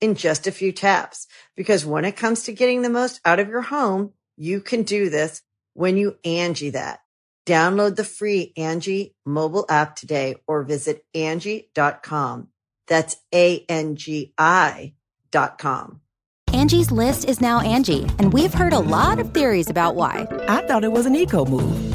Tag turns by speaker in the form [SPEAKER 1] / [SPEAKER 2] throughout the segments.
[SPEAKER 1] in just a few taps. Because when it comes to getting the most out of your home, you can do this when you Angie that. Download the free Angie mobile app today or visit Angie.com. That's A-N-G-I dot com.
[SPEAKER 2] Angie's list is now Angie, and we've heard a lot of theories about why.
[SPEAKER 3] I thought it was an eco move.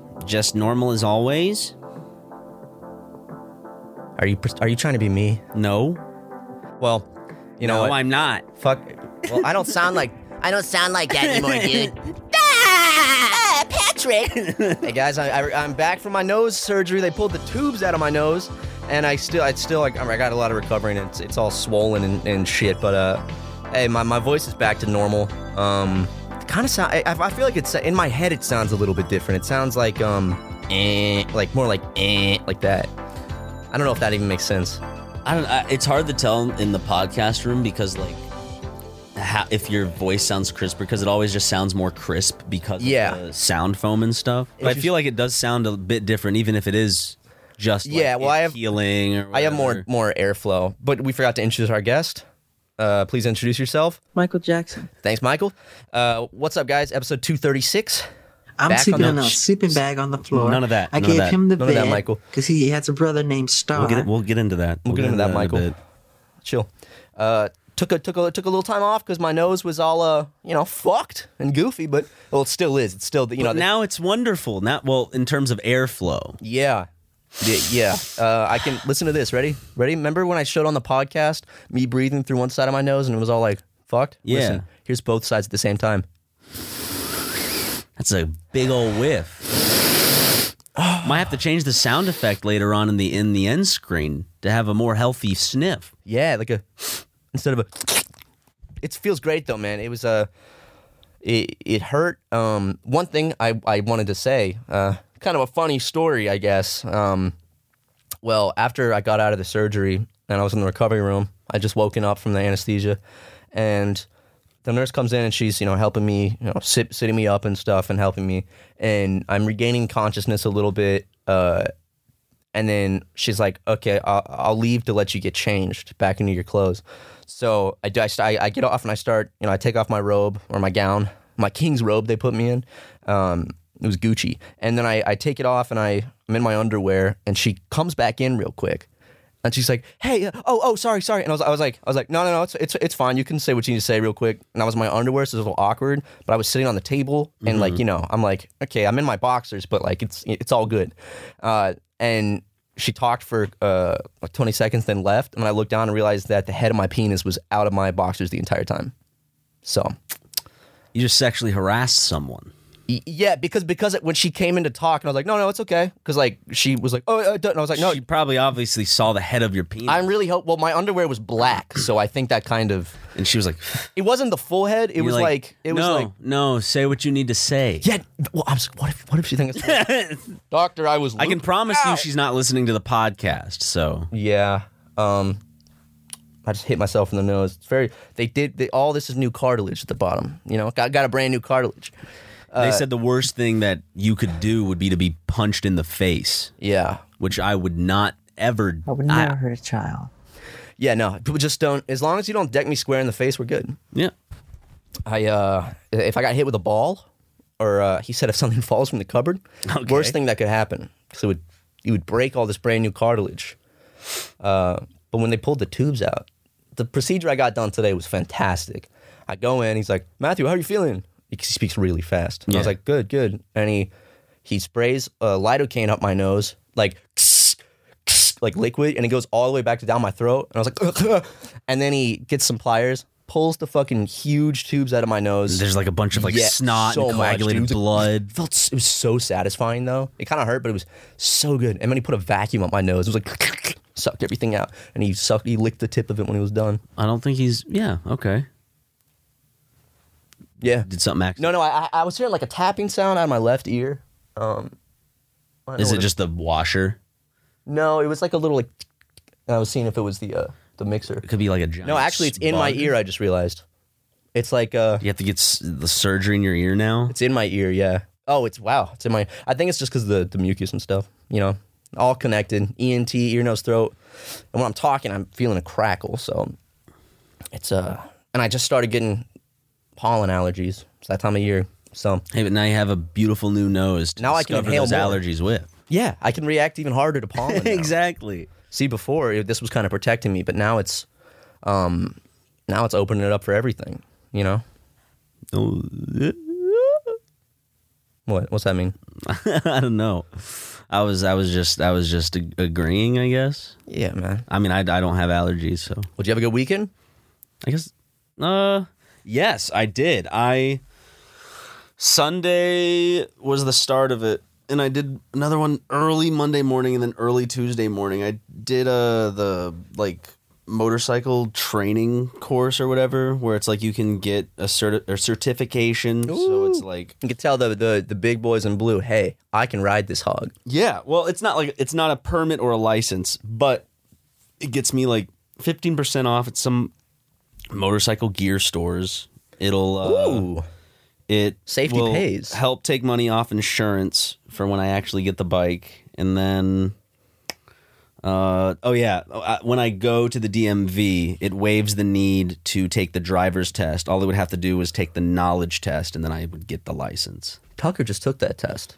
[SPEAKER 4] just normal as always.
[SPEAKER 5] Are you are you trying to be me?
[SPEAKER 4] No.
[SPEAKER 5] Well, you know
[SPEAKER 4] no,
[SPEAKER 5] what?
[SPEAKER 4] I'm not.
[SPEAKER 5] Fuck. Well, I don't sound like.
[SPEAKER 6] I don't sound like that anymore, dude.
[SPEAKER 4] Ah, Patrick.
[SPEAKER 5] Hey guys, I, I I'm back from my nose surgery. They pulled the tubes out of my nose, and I still I still like I got a lot of recovering. It's it's all swollen and, and shit. But uh, hey, my, my voice is back to normal. Um, kind of sound. I, I feel like it's in my head. It sounds a little bit different. It sounds like um, eh, like more like eh, like that. I don't know if that even makes sense.
[SPEAKER 4] I don't. I, it's hard to tell in the podcast room because like. How, if your voice sounds crisper, because it always just sounds more crisp because
[SPEAKER 5] Yeah.
[SPEAKER 4] of the sound foam and stuff. But I feel like it does sound a bit different, even if it is just like,
[SPEAKER 5] Yeah, well,
[SPEAKER 4] it
[SPEAKER 5] I have-
[SPEAKER 4] healing. Or
[SPEAKER 5] I have more
[SPEAKER 4] whatever.
[SPEAKER 5] more airflow, but we forgot to introduce our guest. Uh, please introduce yourself.
[SPEAKER 3] Michael Jackson.
[SPEAKER 5] Thanks, Michael. Uh, what's up, guys? Episode two thirty six.
[SPEAKER 3] I'm
[SPEAKER 5] Back
[SPEAKER 3] sleeping
[SPEAKER 5] on
[SPEAKER 3] on
[SPEAKER 5] the-
[SPEAKER 3] a sleeping bag on the floor.
[SPEAKER 4] None of that,
[SPEAKER 3] I
[SPEAKER 4] none of
[SPEAKER 3] gave
[SPEAKER 4] that,
[SPEAKER 3] him the
[SPEAKER 5] none of
[SPEAKER 3] bed
[SPEAKER 5] that, Michael.
[SPEAKER 3] because he has a brother named Star.
[SPEAKER 4] We'll get, we'll get into that.
[SPEAKER 5] We'll get into that,
[SPEAKER 4] in a
[SPEAKER 5] Michael.
[SPEAKER 4] bit.
[SPEAKER 5] Chill. Uh, took a took a took a little time off because my nose was all uh you know fucked and goofy, but well it still is. It's still you know
[SPEAKER 4] But now it's wonderful. Now, well, in terms of airflow,
[SPEAKER 5] Yeah. Yeah, yeah. Uh, I can listen to this. Ready? Ready? Remember when I showed on the podcast me breathing through one side of my nose and it was all like fucked?
[SPEAKER 4] Yeah.
[SPEAKER 5] Listen, here's both sides at the same time.
[SPEAKER 4] that's a big old whiff. Might have to change the sound effect later on in the in the end screen to have a more healthy sniff.
[SPEAKER 5] Yeah, like a instead of a. It feels great though, man. It was Uh, it, it hurt. Um, one thing I, I wanted to say, uh, kind of a funny story, I guess. Um, well, after I got out of the surgery and I was in the recovery room, I just woken up from the anesthesia, and the nurse comes in and she's you know helping me, you know, sit, sitting me up and stuff and helping me, and I'm regaining consciousness a little bit. Uh, and then she's like, "Okay, I'll, I'll leave to let you get changed back into your clothes." So I do. I, st- I I get off and I start. You know, I take off my robe or my gown, my king's robe they put me in. Um, it was Gucci, and then I, I take it off and I I'm in my underwear, and she comes back in real quick, and she's like, "Hey, uh, oh, oh, sorry, sorry." And I was, I was like, I was like, "No, no, no, it's, it's, it's fine. You can say what you need to say real quick." And I was in my underwear, so it was a little awkward. But I was sitting on the table, and like, you know, I'm like, "Okay, I'm in my boxers, but like, it's, it's all good." Uh, and she talked for uh, like 20 seconds, then left. And I looked down and realized that the head of my penis was out of my boxers the entire time. So
[SPEAKER 4] You just sexually harassed someone.
[SPEAKER 5] y- yeah, because because it, when she came in to talk, and I was like, "No, no, it's okay," because like she was like, "Oh," uh, don't," and I was like, "No."
[SPEAKER 4] she probably obviously saw the head of your penis,
[SPEAKER 5] I'm really hope. Well, my underwear was black, so I think that kind of
[SPEAKER 4] and she was like,
[SPEAKER 5] It wasn't the full head. It was like, it was
[SPEAKER 4] no,
[SPEAKER 5] like
[SPEAKER 4] no, say what you need to say."
[SPEAKER 5] yeah. Well, I was like, what if what if she thinks doctor? I was.
[SPEAKER 4] I can
[SPEAKER 5] looped
[SPEAKER 4] promise you,
[SPEAKER 5] out."
[SPEAKER 4] she's not listening to the podcast. So
[SPEAKER 5] Yeah. Um, I just hit myself in the nose. It's very. They did. They, all this is new cartilage at the bottom. You know, got got a brand new cartilage.
[SPEAKER 4] they said the worst thing that you could do would be to be punched in the face,
[SPEAKER 5] Yeah.
[SPEAKER 4] which I would not ever.
[SPEAKER 1] I would never hurt a child.
[SPEAKER 5] Yeah, no. People just don't as long as you don't deck me square in the face, we're good.
[SPEAKER 4] Yeah.
[SPEAKER 5] I uh if I got hit with a ball or uh, he said if something falls from the cupboard,
[SPEAKER 4] Okay.
[SPEAKER 5] worst thing that could happen cuz it would you would break all this brand new cartilage. Uh, but when they pulled the tubes out, the procedure I got done today was fantastic. I go in, he's like, "Matthew, how are you feeling?" Because he speaks really fast. And I was
[SPEAKER 4] Yeah.
[SPEAKER 5] like, "Good, good." And he he sprays uh, lidocaine up my nose like like liquid and it goes all the way back to down my throat and I was like and then he gets some pliers pulls the fucking huge tubes out of my nose
[SPEAKER 4] There's like a bunch of like
[SPEAKER 5] Yeah,
[SPEAKER 4] snot
[SPEAKER 5] so
[SPEAKER 4] and
[SPEAKER 5] much,
[SPEAKER 4] coagulated
[SPEAKER 5] dude.
[SPEAKER 4] blood.
[SPEAKER 5] it felt it was so satisfying though. It kind of hurt, but it was so good. And then he put a vacuum up my nose. It was like sucked everything out, and he sucked. He licked the tip of it when he was done.
[SPEAKER 4] I don't think he's. Yeah. Okay.
[SPEAKER 5] Yeah.
[SPEAKER 4] Did something act?
[SPEAKER 5] No, no. I I I was hearing like a tapping sound out of my left ear. Um, I don't know
[SPEAKER 4] Is
[SPEAKER 5] what
[SPEAKER 4] it just the washer?
[SPEAKER 5] No, it was like a little like. And I was seeing if it was the uh the mixer.
[SPEAKER 4] It could be like a giant.
[SPEAKER 5] No, actually, it's in my
[SPEAKER 4] bug.
[SPEAKER 5] ear. I just realized. It's like uh,
[SPEAKER 4] You have to get s- the surgery in your ear now.
[SPEAKER 5] it's in my ear. Yeah. Oh, it's wow. It's in my. I think it's just because the the mucus and stuff. You know, all connected. ENT, ear, nose, throat. And when I'm talking, I'm feeling a crackle. So it's uh, and I just started getting pollen allergies. It's that time of year. So
[SPEAKER 4] Hey, but now you have a beautiful new nose. To
[SPEAKER 5] Now I can
[SPEAKER 4] discover
[SPEAKER 5] inhale
[SPEAKER 4] those
[SPEAKER 5] more.
[SPEAKER 4] allergies with.
[SPEAKER 5] yeah, I can react even harder to pollen. now.
[SPEAKER 4] exactly.
[SPEAKER 5] See, before it, this was kind of protecting me, but now it's, um, now it's opening it up for everything. You know
[SPEAKER 4] Oh,
[SPEAKER 5] what? What's that mean?
[SPEAKER 4] I don't know. I was I was just I was just ag- agreeing. I guess.
[SPEAKER 5] Yeah, man.
[SPEAKER 4] I mean, I, I don't have allergies, so
[SPEAKER 5] Would you have a good weekend?
[SPEAKER 4] I guess. Uh, yes, I did. I Sunday was the start of it, and I did another one early Monday morning, and then early Tuesday morning. I did uh the like motorcycle training course or whatever, where it's like you can get a certi- or certification. So it's like
[SPEAKER 5] You could tell the, the the big boys in blue. Hey, I can ride this hog.
[SPEAKER 4] Yeah, well, it's not like it's not a permit or a license, but it gets me like fifteen percent off at some motorcycle gear stores. It'll uh,
[SPEAKER 5] Ooh.
[SPEAKER 4] it
[SPEAKER 5] Safety
[SPEAKER 4] will
[SPEAKER 5] pays.
[SPEAKER 4] help take money off insurance for when I actually get the bike, and then. Uh, oh yeah, Oh, I- when I go to the DMV, it waives the need to take the driver's test. All they would have to do was take the knowledge test, and then I would get the license.
[SPEAKER 5] Tucker just took that test.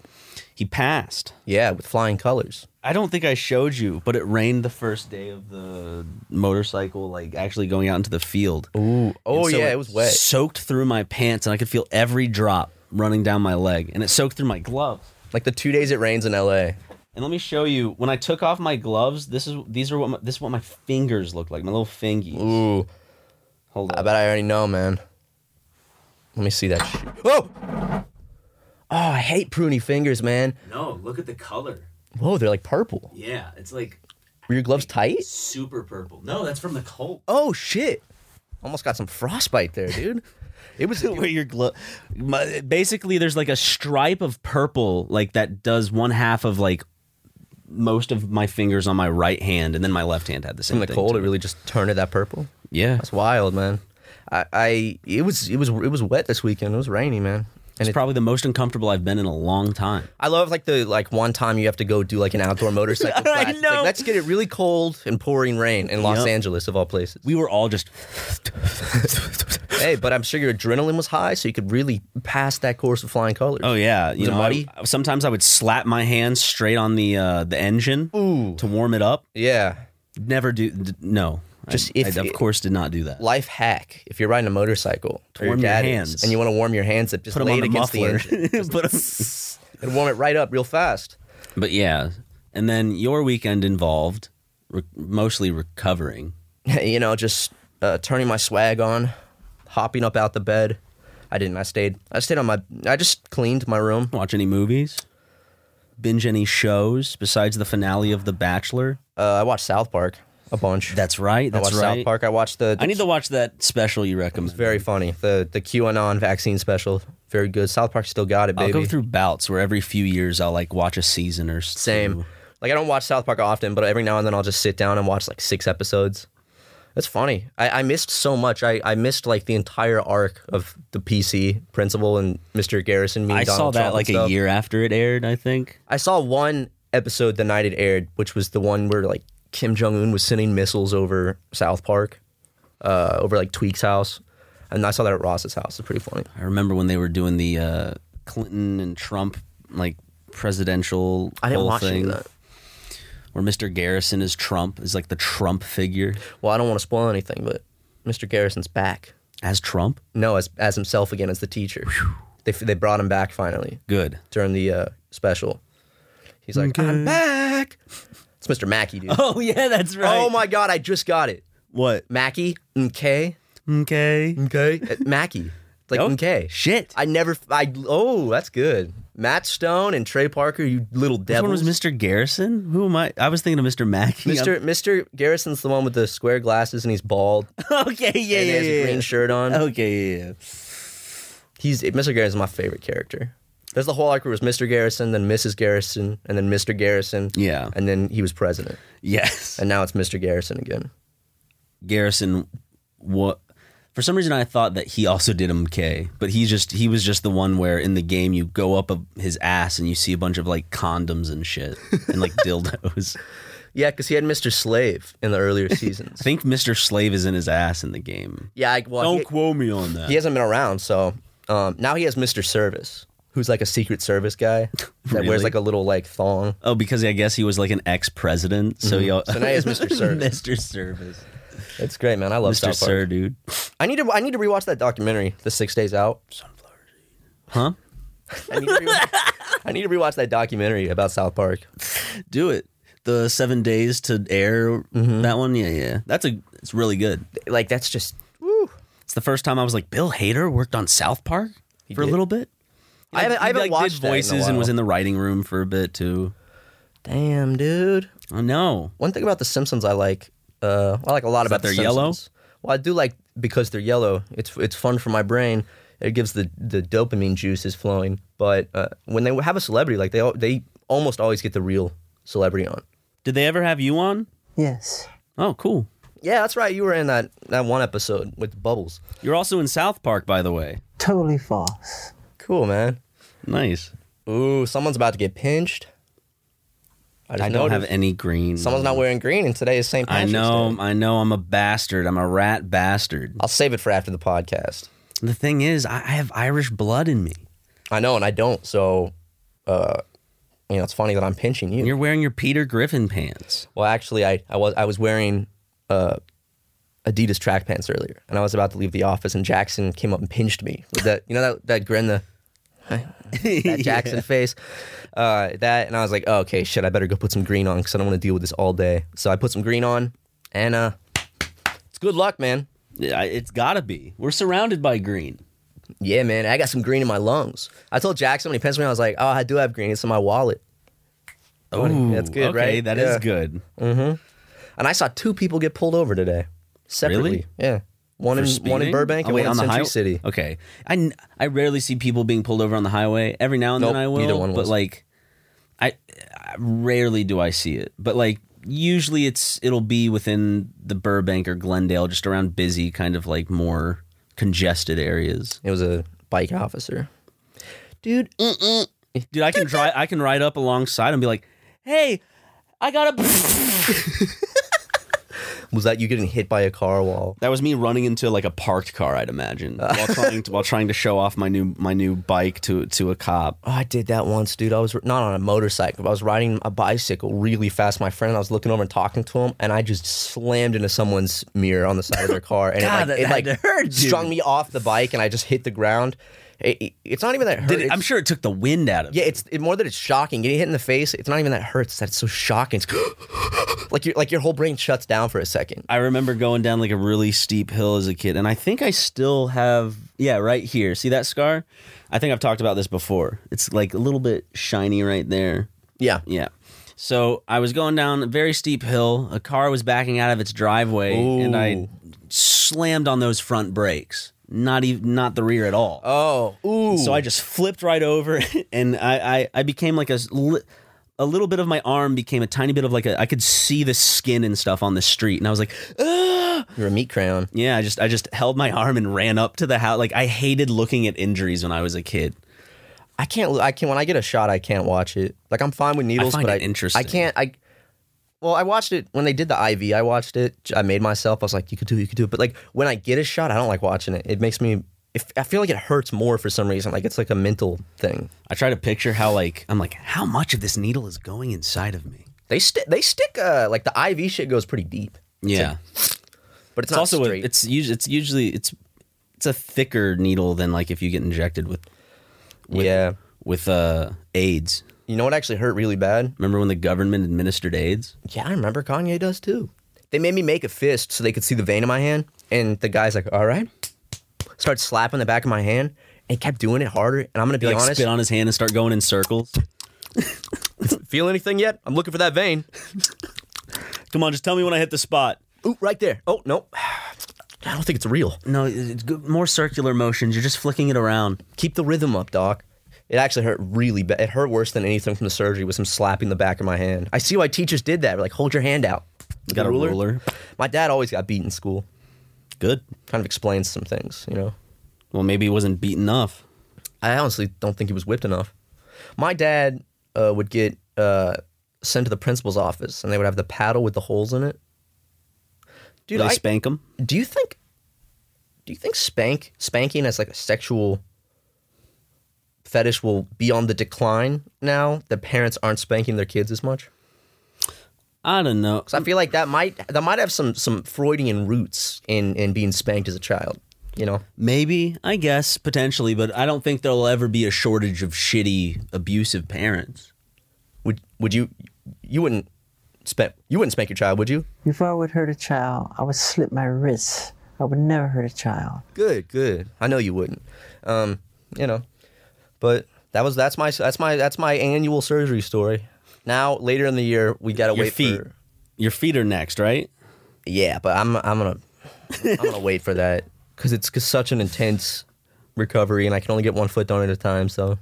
[SPEAKER 4] He passed.
[SPEAKER 5] Yeah, with flying colors.
[SPEAKER 4] I don't think I showed you, but it rained the first day of the motorcycle, like actually going out into the field.
[SPEAKER 5] Ooh. Oh
[SPEAKER 4] And so
[SPEAKER 5] yeah, it was wet.
[SPEAKER 4] Soaked through my pants, and I could feel every drop running down my leg, and it soaked through my gloves.
[SPEAKER 5] Like the two days it rains in L.A.
[SPEAKER 4] And let me show you when I took off my gloves. This is these are what my, this is what my fingers look like, my little fingies.
[SPEAKER 5] Ooh.
[SPEAKER 4] Hold
[SPEAKER 5] I
[SPEAKER 4] on.
[SPEAKER 5] bet I already know, man. Let me see that shit. Whoa. Oh, I hate pruny fingers, man.
[SPEAKER 4] No, look at the color.
[SPEAKER 5] Whoa, they're like purple.
[SPEAKER 4] Yeah, it's like
[SPEAKER 5] Were your gloves tight?
[SPEAKER 4] super purple. No, that's from the cold.
[SPEAKER 5] Oh shit. Almost got some frostbite there, dude. It was
[SPEAKER 4] where your glove basically there's like a stripe of purple like that does one half of like most of my fingers on my right hand and then my left hand had the same
[SPEAKER 5] from the
[SPEAKER 4] thing
[SPEAKER 5] cold.
[SPEAKER 4] too.
[SPEAKER 5] It really just turned to that purple.
[SPEAKER 4] yeah
[SPEAKER 5] That's wild, man. I, I it was it was it was wet this weekend. It was rainy, man. And
[SPEAKER 4] it's
[SPEAKER 5] it,
[SPEAKER 4] probably the most uncomfortable i've been in a long time
[SPEAKER 5] I love like the like one time you have to go do like an outdoor motorcycle class. It's like,
[SPEAKER 4] know.
[SPEAKER 5] let's get it really cold and pouring rain in Los
[SPEAKER 4] Yep.
[SPEAKER 5] Angeles of all places.
[SPEAKER 4] we were all just
[SPEAKER 5] hey, but I'm sure your adrenaline was high, so you could really pass that course with flying colors.
[SPEAKER 4] oh yeah you
[SPEAKER 5] Was it
[SPEAKER 4] know I-
[SPEAKER 5] muddy?
[SPEAKER 4] sometimes i would slap my hands straight on the uh the engine to warm it up
[SPEAKER 5] yeah.
[SPEAKER 4] never do d- no
[SPEAKER 5] Just
[SPEAKER 4] I,
[SPEAKER 5] if
[SPEAKER 4] I, of
[SPEAKER 5] it-
[SPEAKER 4] course did not do that
[SPEAKER 5] Life hack: if you're riding a motorcycle, or
[SPEAKER 4] Warm your
[SPEAKER 5] dad is,
[SPEAKER 4] hands.
[SPEAKER 5] and you want to warm your hands up, just
[SPEAKER 4] put them
[SPEAKER 5] lay
[SPEAKER 4] on
[SPEAKER 5] it
[SPEAKER 4] the
[SPEAKER 5] against
[SPEAKER 4] muffler
[SPEAKER 5] the engine
[SPEAKER 4] Put 'em-
[SPEAKER 5] and warm it right up real fast.
[SPEAKER 4] But yeah, and then your weekend involved re- mostly recovering.
[SPEAKER 5] you know, just uh, turning my swag on, hopping up out the bed. I didn't. I stayed. I stayed on my. I just cleaned my room.
[SPEAKER 4] Watch any movies? Binge any shows besides the finale of The Bachelor?
[SPEAKER 5] Uh, I watched South Park a bunch.
[SPEAKER 4] That's right.
[SPEAKER 5] I
[SPEAKER 4] That's
[SPEAKER 5] watched
[SPEAKER 4] right.
[SPEAKER 5] South Park. I watched the.
[SPEAKER 4] I need to watch that special you recommend.
[SPEAKER 5] Very funny. The the QAnon vaccine special. Very good. South Park still got it,
[SPEAKER 4] I'll
[SPEAKER 5] baby.
[SPEAKER 4] go through bouts where every few years I'll like watch a season or s-
[SPEAKER 5] Same. Like I don't watch South Park often, but every now and then I'll just sit down and watch like six episodes. That's funny. I, I missed so much. I, I missed like the entire arc of the PC principal and Mr. Garrison. Being
[SPEAKER 4] I
[SPEAKER 5] Donald
[SPEAKER 4] saw that
[SPEAKER 5] Trump and
[SPEAKER 4] like a
[SPEAKER 5] stuff.
[SPEAKER 4] year after it aired, I think.
[SPEAKER 5] I saw one episode the night it aired, which was the one where like Kim Jong Un was sending missiles over South Park, uh, over like Tweak's house, and I saw that at Ross's house. It's pretty funny.
[SPEAKER 4] I remember when they were doing the uh, Clinton and Trump like presidential
[SPEAKER 5] I didn't
[SPEAKER 4] whole
[SPEAKER 5] watch any
[SPEAKER 4] thing
[SPEAKER 5] of that.
[SPEAKER 4] where Mr. Garrison is Trump is like the Trump figure
[SPEAKER 5] Well, I don't want to spoil anything, but Mr. Garrison's back.
[SPEAKER 4] as Trump.
[SPEAKER 5] No, as as himself again as the teacher. They they brought him back finally
[SPEAKER 4] Good.
[SPEAKER 5] during the uh, special. He's like, I'm back. It's Mr. Mackey, dude.
[SPEAKER 4] Oh yeah, that's
[SPEAKER 5] Oh my god, I just got it.
[SPEAKER 4] What?
[SPEAKER 5] Mackey, okay,
[SPEAKER 4] Okay.
[SPEAKER 5] okay, Mackey, It's
[SPEAKER 4] Oh.
[SPEAKER 5] like okay.
[SPEAKER 4] Shit.
[SPEAKER 5] I never. I oh, that's good. Matt Stone and Trey Parker, you little
[SPEAKER 4] This one
[SPEAKER 5] devils.
[SPEAKER 4] was Mr. Garrison. Who am I? I was thinking of Mr. Mackey.
[SPEAKER 5] Mr. Mr. Garrison's the one with the square glasses and he's bald
[SPEAKER 4] I'm- okay. Yeah.
[SPEAKER 5] and he
[SPEAKER 4] yeah.
[SPEAKER 5] has
[SPEAKER 4] yeah,
[SPEAKER 5] a green
[SPEAKER 4] yeah. Oh,
[SPEAKER 5] shirt on.
[SPEAKER 4] Okay. Yeah. yeah.
[SPEAKER 5] He's Mr. Garrison's my favorite character. There's the whole arc where it was Mr. Garrison, then Mrs. Garrison, and then Mr. Garrison.
[SPEAKER 4] Yeah.
[SPEAKER 5] And then he was president.
[SPEAKER 4] Yes.
[SPEAKER 5] And now it's Mr. Garrison again.
[SPEAKER 4] Garrison what for some reason I thought that he also did MK, but he just he was just the one where in the game you go up a, his ass and you see a bunch of like condoms and shit and like dildos.
[SPEAKER 5] Yeah, because he had Mr. Slave in the earlier seasons.
[SPEAKER 4] I think Mr. Slave is in his ass in the game.
[SPEAKER 5] yeah, I, well,
[SPEAKER 4] Don't
[SPEAKER 5] he-
[SPEAKER 4] quote me on that.
[SPEAKER 5] he hasn't been around, so um, now he has Mr. Service, who's like a Secret Service guy that
[SPEAKER 4] Really?
[SPEAKER 5] wears like a little like thong.
[SPEAKER 4] Oh, because I guess he was like an ex-president, Mm-hmm. so he al-
[SPEAKER 5] So now he has Mr. Service.
[SPEAKER 4] Mr. Service.
[SPEAKER 5] It's great, man. I love
[SPEAKER 4] Mr.
[SPEAKER 5] South Park.
[SPEAKER 4] Sir, dude.
[SPEAKER 5] I need to I need to rewatch that documentary, The Six Days Out.
[SPEAKER 4] Huh?
[SPEAKER 5] I need to, re- I need to rewatch that documentary about South Park.
[SPEAKER 4] Do it. The 7 days to air that one. Yeah, yeah. That's a it's really good.
[SPEAKER 5] Like that's just
[SPEAKER 4] It's the first time I was like, Bill Hader worked on South Park for a
[SPEAKER 5] did?
[SPEAKER 4] little bit.
[SPEAKER 5] I haven't, I haven't
[SPEAKER 4] like,
[SPEAKER 5] watched
[SPEAKER 4] did voices
[SPEAKER 5] that in a
[SPEAKER 4] and
[SPEAKER 5] while.
[SPEAKER 4] was in the writing room for a bit too. Oh,
[SPEAKER 5] Damn, dude.
[SPEAKER 4] I know.
[SPEAKER 5] One thing about the Simpsons I like, uh, I like a lot about
[SPEAKER 4] that
[SPEAKER 5] the
[SPEAKER 4] they're yellow?
[SPEAKER 5] Simpsons. Well, I do like because they're yellow. It's it's fun for my brain. It gives the the dopamine juices flowing. But uh, when they have a celebrity, like they al- they almost always get the real celebrity on.
[SPEAKER 4] Did they ever have you on?
[SPEAKER 1] Yes.
[SPEAKER 4] Oh, cool.
[SPEAKER 5] Yeah, that's right. You were in that that one episode with the bubbles.
[SPEAKER 4] You're also in South Park, by the way.
[SPEAKER 1] Totally false.
[SPEAKER 5] Cool, man.
[SPEAKER 4] Nice.
[SPEAKER 5] Ooh, someone's about to get pinched. I just
[SPEAKER 4] I don't
[SPEAKER 5] noticed.
[SPEAKER 4] have any green.
[SPEAKER 5] Someone's not wearing green, and today is St.
[SPEAKER 4] I
[SPEAKER 5] Patrick's
[SPEAKER 4] know.
[SPEAKER 5] Day.
[SPEAKER 4] I know. I'm a bastard. I'm a rat bastard.
[SPEAKER 5] I'll save it for after the podcast.
[SPEAKER 4] The thing is, I I have Irish blood in me.
[SPEAKER 5] I know, and I don't. So, uh, you know, it's funny that I'm pinching you.
[SPEAKER 4] And you're wearing your Peter Griffin pants.
[SPEAKER 5] well, actually, I, I was I was wearing uh, Adidas track pants earlier, and I was about to leave the office, and Jackson came up and pinched me with that. You know that that grin, the that Jackson face, uh, that, and I was like, oh, okay, shit, I better go put some green on because I don't want to deal with this all day. So I put some green on, and uh, it's good luck, man.
[SPEAKER 4] Yeah, I- It's gotta be. We're surrounded by green.
[SPEAKER 5] Yeah, man, I got some green in my lungs. I told Jackson when he pinched me, I was like, oh, I do have green. It's in my wallet. Oh,
[SPEAKER 4] Ooh,
[SPEAKER 5] that's good,
[SPEAKER 4] okay,
[SPEAKER 5] right?
[SPEAKER 4] That is
[SPEAKER 5] Yeah.
[SPEAKER 4] good.
[SPEAKER 5] And I saw two people get pulled over today, separately.
[SPEAKER 4] Really?
[SPEAKER 5] Yeah, one in one in
[SPEAKER 4] speeding?
[SPEAKER 5] Burbank
[SPEAKER 4] Oh,
[SPEAKER 5] and
[SPEAKER 4] wait,
[SPEAKER 5] one in
[SPEAKER 4] the
[SPEAKER 5] Century
[SPEAKER 4] highway?
[SPEAKER 5] City.
[SPEAKER 4] Okay, I, n- I rarely see people being pulled over on the highway. Every now and
[SPEAKER 5] Nope,
[SPEAKER 4] then I will,
[SPEAKER 5] neither one
[SPEAKER 4] but
[SPEAKER 5] was.
[SPEAKER 4] like, I, I rarely do I see it. But like, usually it's it'll be within the Burbank or Glendale, just around busy, kind of like more congested areas.
[SPEAKER 5] It was a bike officer. Dude,
[SPEAKER 4] Dude, I can drive. I can ride up alongside and be like, "Hey, I got a."
[SPEAKER 5] was that you getting hit by a car while
[SPEAKER 4] That was me running into like a parked car, I'd imagine, while trying to, while trying to show off my new my new bike to to a cop.
[SPEAKER 5] Oh, I did that once, dude. I was not on a motorcycle. But I was riding a bicycle really fast. My friend, I was looking over and talking to him, and I just slammed into someone's mirror on the side of their car, and
[SPEAKER 4] God,
[SPEAKER 5] it like, it,
[SPEAKER 4] that had
[SPEAKER 5] like
[SPEAKER 4] to hurt, dude.
[SPEAKER 5] strung me off the bike, and I just hit the ground. It- it- it's not even that hurt.
[SPEAKER 4] Did it,
[SPEAKER 5] It's-
[SPEAKER 4] I'm sure it took the wind out of
[SPEAKER 5] Yeah, it's it, more that it's shocking. Getting hit in the face, it's not even that hurts. That's so shocking. It's like your like your whole brain shuts down for a second.
[SPEAKER 4] I remember going down like a really steep hill as a kid, and I think I still have yeah, right here. See that scar? I think I've talked about this before. It's like a little bit shiny right there.
[SPEAKER 5] Yeah.
[SPEAKER 4] Yeah. So I was going down a very steep hill. A car was backing out of its driveway, and I
[SPEAKER 5] Ooh.
[SPEAKER 4] slammed on those front brakes. Not even not the rear at all.
[SPEAKER 5] Oh, ooh.
[SPEAKER 4] So I just flipped right over, and I I, I became like a s- li- a little bit of my arm became a tiny bit of like a I could see the skin and stuff on the street, and I was like, "Ah!"
[SPEAKER 5] You're a meat crayon.
[SPEAKER 4] Yeah, I just I just held my arm and ran up to the house. Like I hated looking at injuries when I was a kid.
[SPEAKER 5] I can't. I can not when I get a shot. I can't watch it. Like I'm fine with needles,
[SPEAKER 4] find
[SPEAKER 5] but
[SPEAKER 4] it
[SPEAKER 5] I
[SPEAKER 4] interesting.
[SPEAKER 5] I can't. I well, I watched it when they did the IV. I watched it. I made myself. I was like, you could do, it, you could do it. But like when I get a shot, I don't like watching it. It makes me. If, I feel like it hurts more for some reason. Like it's like a mental thing.
[SPEAKER 4] I try to picture how like I'm like how much of this needle is going inside of me.
[SPEAKER 5] They stick. They stick. Uh, like the IV shit goes pretty deep,
[SPEAKER 4] Yeah, it's,
[SPEAKER 5] but it's, not
[SPEAKER 4] also a,
[SPEAKER 5] straight.
[SPEAKER 4] it's usually it's usually it's it's a thicker needle than like if you get injected with
[SPEAKER 5] yeah.
[SPEAKER 4] with uh AIDS.
[SPEAKER 5] You know what actually hurt really bad?
[SPEAKER 4] Remember when the government administered AIDS?
[SPEAKER 5] Yeah, I remember Kanye does too. They made me make a fist so they could see the vein in my hand, and the guy's like, "All right," starts slapping the back of my hand, and he kept doing it harder. And I'm gonna
[SPEAKER 4] He
[SPEAKER 5] be
[SPEAKER 4] like
[SPEAKER 5] honest,
[SPEAKER 4] spit on his hand and start going in circles.
[SPEAKER 5] feel anything yet? I'm looking for that vein.
[SPEAKER 4] Come on, just tell me when I hit the spot.
[SPEAKER 5] Ooh, right there. Oh no, I don't think it's real.
[SPEAKER 4] No, it- it's good. more circular motions. You're just flicking it around.
[SPEAKER 5] Keep the rhythm up, doc. It actually hurt really bad. It hurt worse than anything from the surgery was him slapping the back of my hand. I see why teachers did that. Like, hold your hand out.
[SPEAKER 4] You got a ruler.
[SPEAKER 5] My dad always got beat in school.
[SPEAKER 4] Good.
[SPEAKER 5] Kind of explains some things, you know.
[SPEAKER 4] Well, maybe he wasn't beat enough.
[SPEAKER 5] I honestly don't think he was whipped enough. My dad uh, would get uh, sent to the principal's office, and they would have the paddle with the holes in it. Dude,
[SPEAKER 4] they
[SPEAKER 5] I,
[SPEAKER 4] spank him.
[SPEAKER 5] do you think? Do you think spank spanking as like a sexual fetish will be on the decline now that parents aren't spanking their kids as much?
[SPEAKER 4] I don't know.
[SPEAKER 5] Because I feel like that might that might have some some Freudian roots in in being spanked as a child. You know,
[SPEAKER 4] Maybe, I guess, potentially, but I don't think there'll ever be a shortage of shitty, abusive parents.
[SPEAKER 5] would would you you wouldn't spank you wouldn't spank your child, would you?
[SPEAKER 7] If I would hurt a child, I would slip my wrists. I would never hurt a child.
[SPEAKER 5] Good, good. I know you wouldn't. Um, you know, but that was that's my that's my that's my annual surgery story. Now later in the year we gotta
[SPEAKER 4] Your
[SPEAKER 5] wait
[SPEAKER 4] feet.
[SPEAKER 5] for
[SPEAKER 4] Your feet are next, right?
[SPEAKER 5] yeah, but I'm I'm gonna I'm gonna wait for that because it's 'cause such an intense recovery and I can only get one foot done at a time. So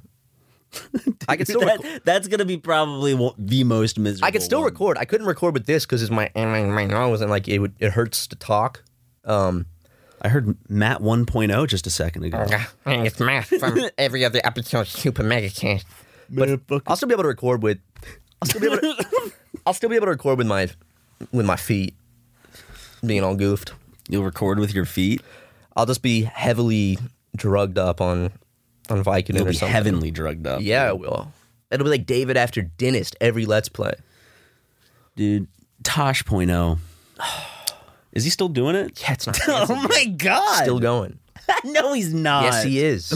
[SPEAKER 5] I could still record.
[SPEAKER 4] That, that's going to be probably one- the most miserable.
[SPEAKER 5] I could still
[SPEAKER 4] one.
[SPEAKER 5] record. I couldn't record with this because it's my my nose and like it would it hurts to talk. Um,
[SPEAKER 4] I heard Matt 1.0 just a second ago.
[SPEAKER 5] it's math from every other episode of Super Mega Cat. But I'll still be able to record with. I'll still be able to. I'll still be able to record with my, with my feet, being all goofed.
[SPEAKER 4] You'll record with your feet.
[SPEAKER 5] I'll just be heavily drugged up on, on Vicodin
[SPEAKER 4] You'll
[SPEAKER 5] or
[SPEAKER 4] be
[SPEAKER 5] something.
[SPEAKER 4] heavenly drugged up.
[SPEAKER 5] Yeah, I will. It'll be like David after dentist every Let's Play.
[SPEAKER 4] Dude, Tosh.0. Is he still doing it?
[SPEAKER 5] Yeah, it's not
[SPEAKER 4] Oh my god.
[SPEAKER 5] still going.
[SPEAKER 4] no, he's not.
[SPEAKER 5] Yes, he is.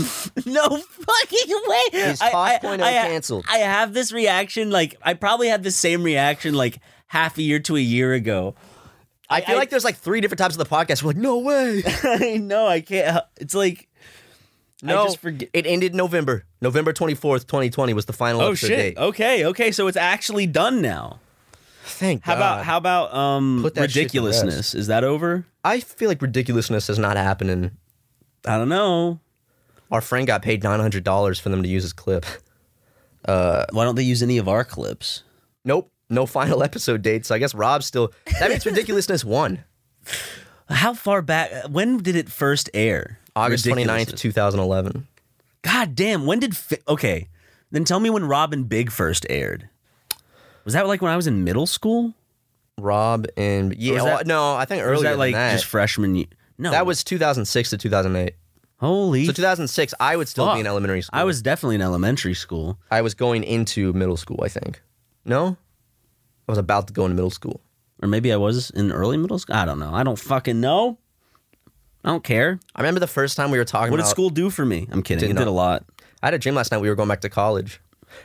[SPEAKER 4] No fucking way.
[SPEAKER 5] Is Tosh.0 canceled?
[SPEAKER 4] I have this reaction. Like I probably had the same reaction like half a year to a year ago.
[SPEAKER 5] I feel like there's like three different types of the podcast. We're like, no way.
[SPEAKER 4] I know I can't. hel- It's like
[SPEAKER 5] No,
[SPEAKER 4] I just forget.
[SPEAKER 5] it ended November. November 24th, 2020 was the final
[SPEAKER 4] Oh
[SPEAKER 5] episode
[SPEAKER 4] shit.
[SPEAKER 5] date.
[SPEAKER 4] Okay. Okay. So it's actually done now.
[SPEAKER 5] Thank
[SPEAKER 4] How
[SPEAKER 5] God.
[SPEAKER 4] about how about um
[SPEAKER 5] Put that shit to
[SPEAKER 4] ridiculousness? Is that over?
[SPEAKER 5] I feel like ridiculousness is not happening.
[SPEAKER 4] I don't know.
[SPEAKER 5] Our friend got paid nine hundred dollars for them to use his clip.
[SPEAKER 4] Why don't they use any of our clips?
[SPEAKER 5] Nope, no final episode date. So I guess Rob's still. That means ridiculousness won.
[SPEAKER 4] How far back? When did it first air?
[SPEAKER 5] August 29th,
[SPEAKER 4] Ridiculousness.
[SPEAKER 5] 2011.
[SPEAKER 4] God damn, when did fi- okay? Then tell me when Robin Big first aired. Was that like when I was in middle school?
[SPEAKER 5] Rob and yeah,
[SPEAKER 4] was
[SPEAKER 5] well,
[SPEAKER 4] that-
[SPEAKER 5] no, I think
[SPEAKER 4] Or
[SPEAKER 5] earlier
[SPEAKER 4] was that
[SPEAKER 5] than
[SPEAKER 4] like
[SPEAKER 5] that.
[SPEAKER 4] just freshman year? No,
[SPEAKER 5] that was 2006 to 2008.
[SPEAKER 4] holy.
[SPEAKER 5] So 2006, I would still
[SPEAKER 4] fuck.
[SPEAKER 5] be in elementary school.
[SPEAKER 4] I was definitely in elementary school.
[SPEAKER 5] I was going into middle school. I think. No, I was about to go into middle school.
[SPEAKER 4] Or maybe I was in early middle school. I don't know. I don't fucking know. I don't care.
[SPEAKER 5] I remember the first time we were talking
[SPEAKER 4] What did
[SPEAKER 5] about
[SPEAKER 4] school do for me? I'm kidding.
[SPEAKER 5] Did
[SPEAKER 4] it did
[SPEAKER 5] not-
[SPEAKER 4] a lot.
[SPEAKER 5] I had a dream last night. We were going back to college,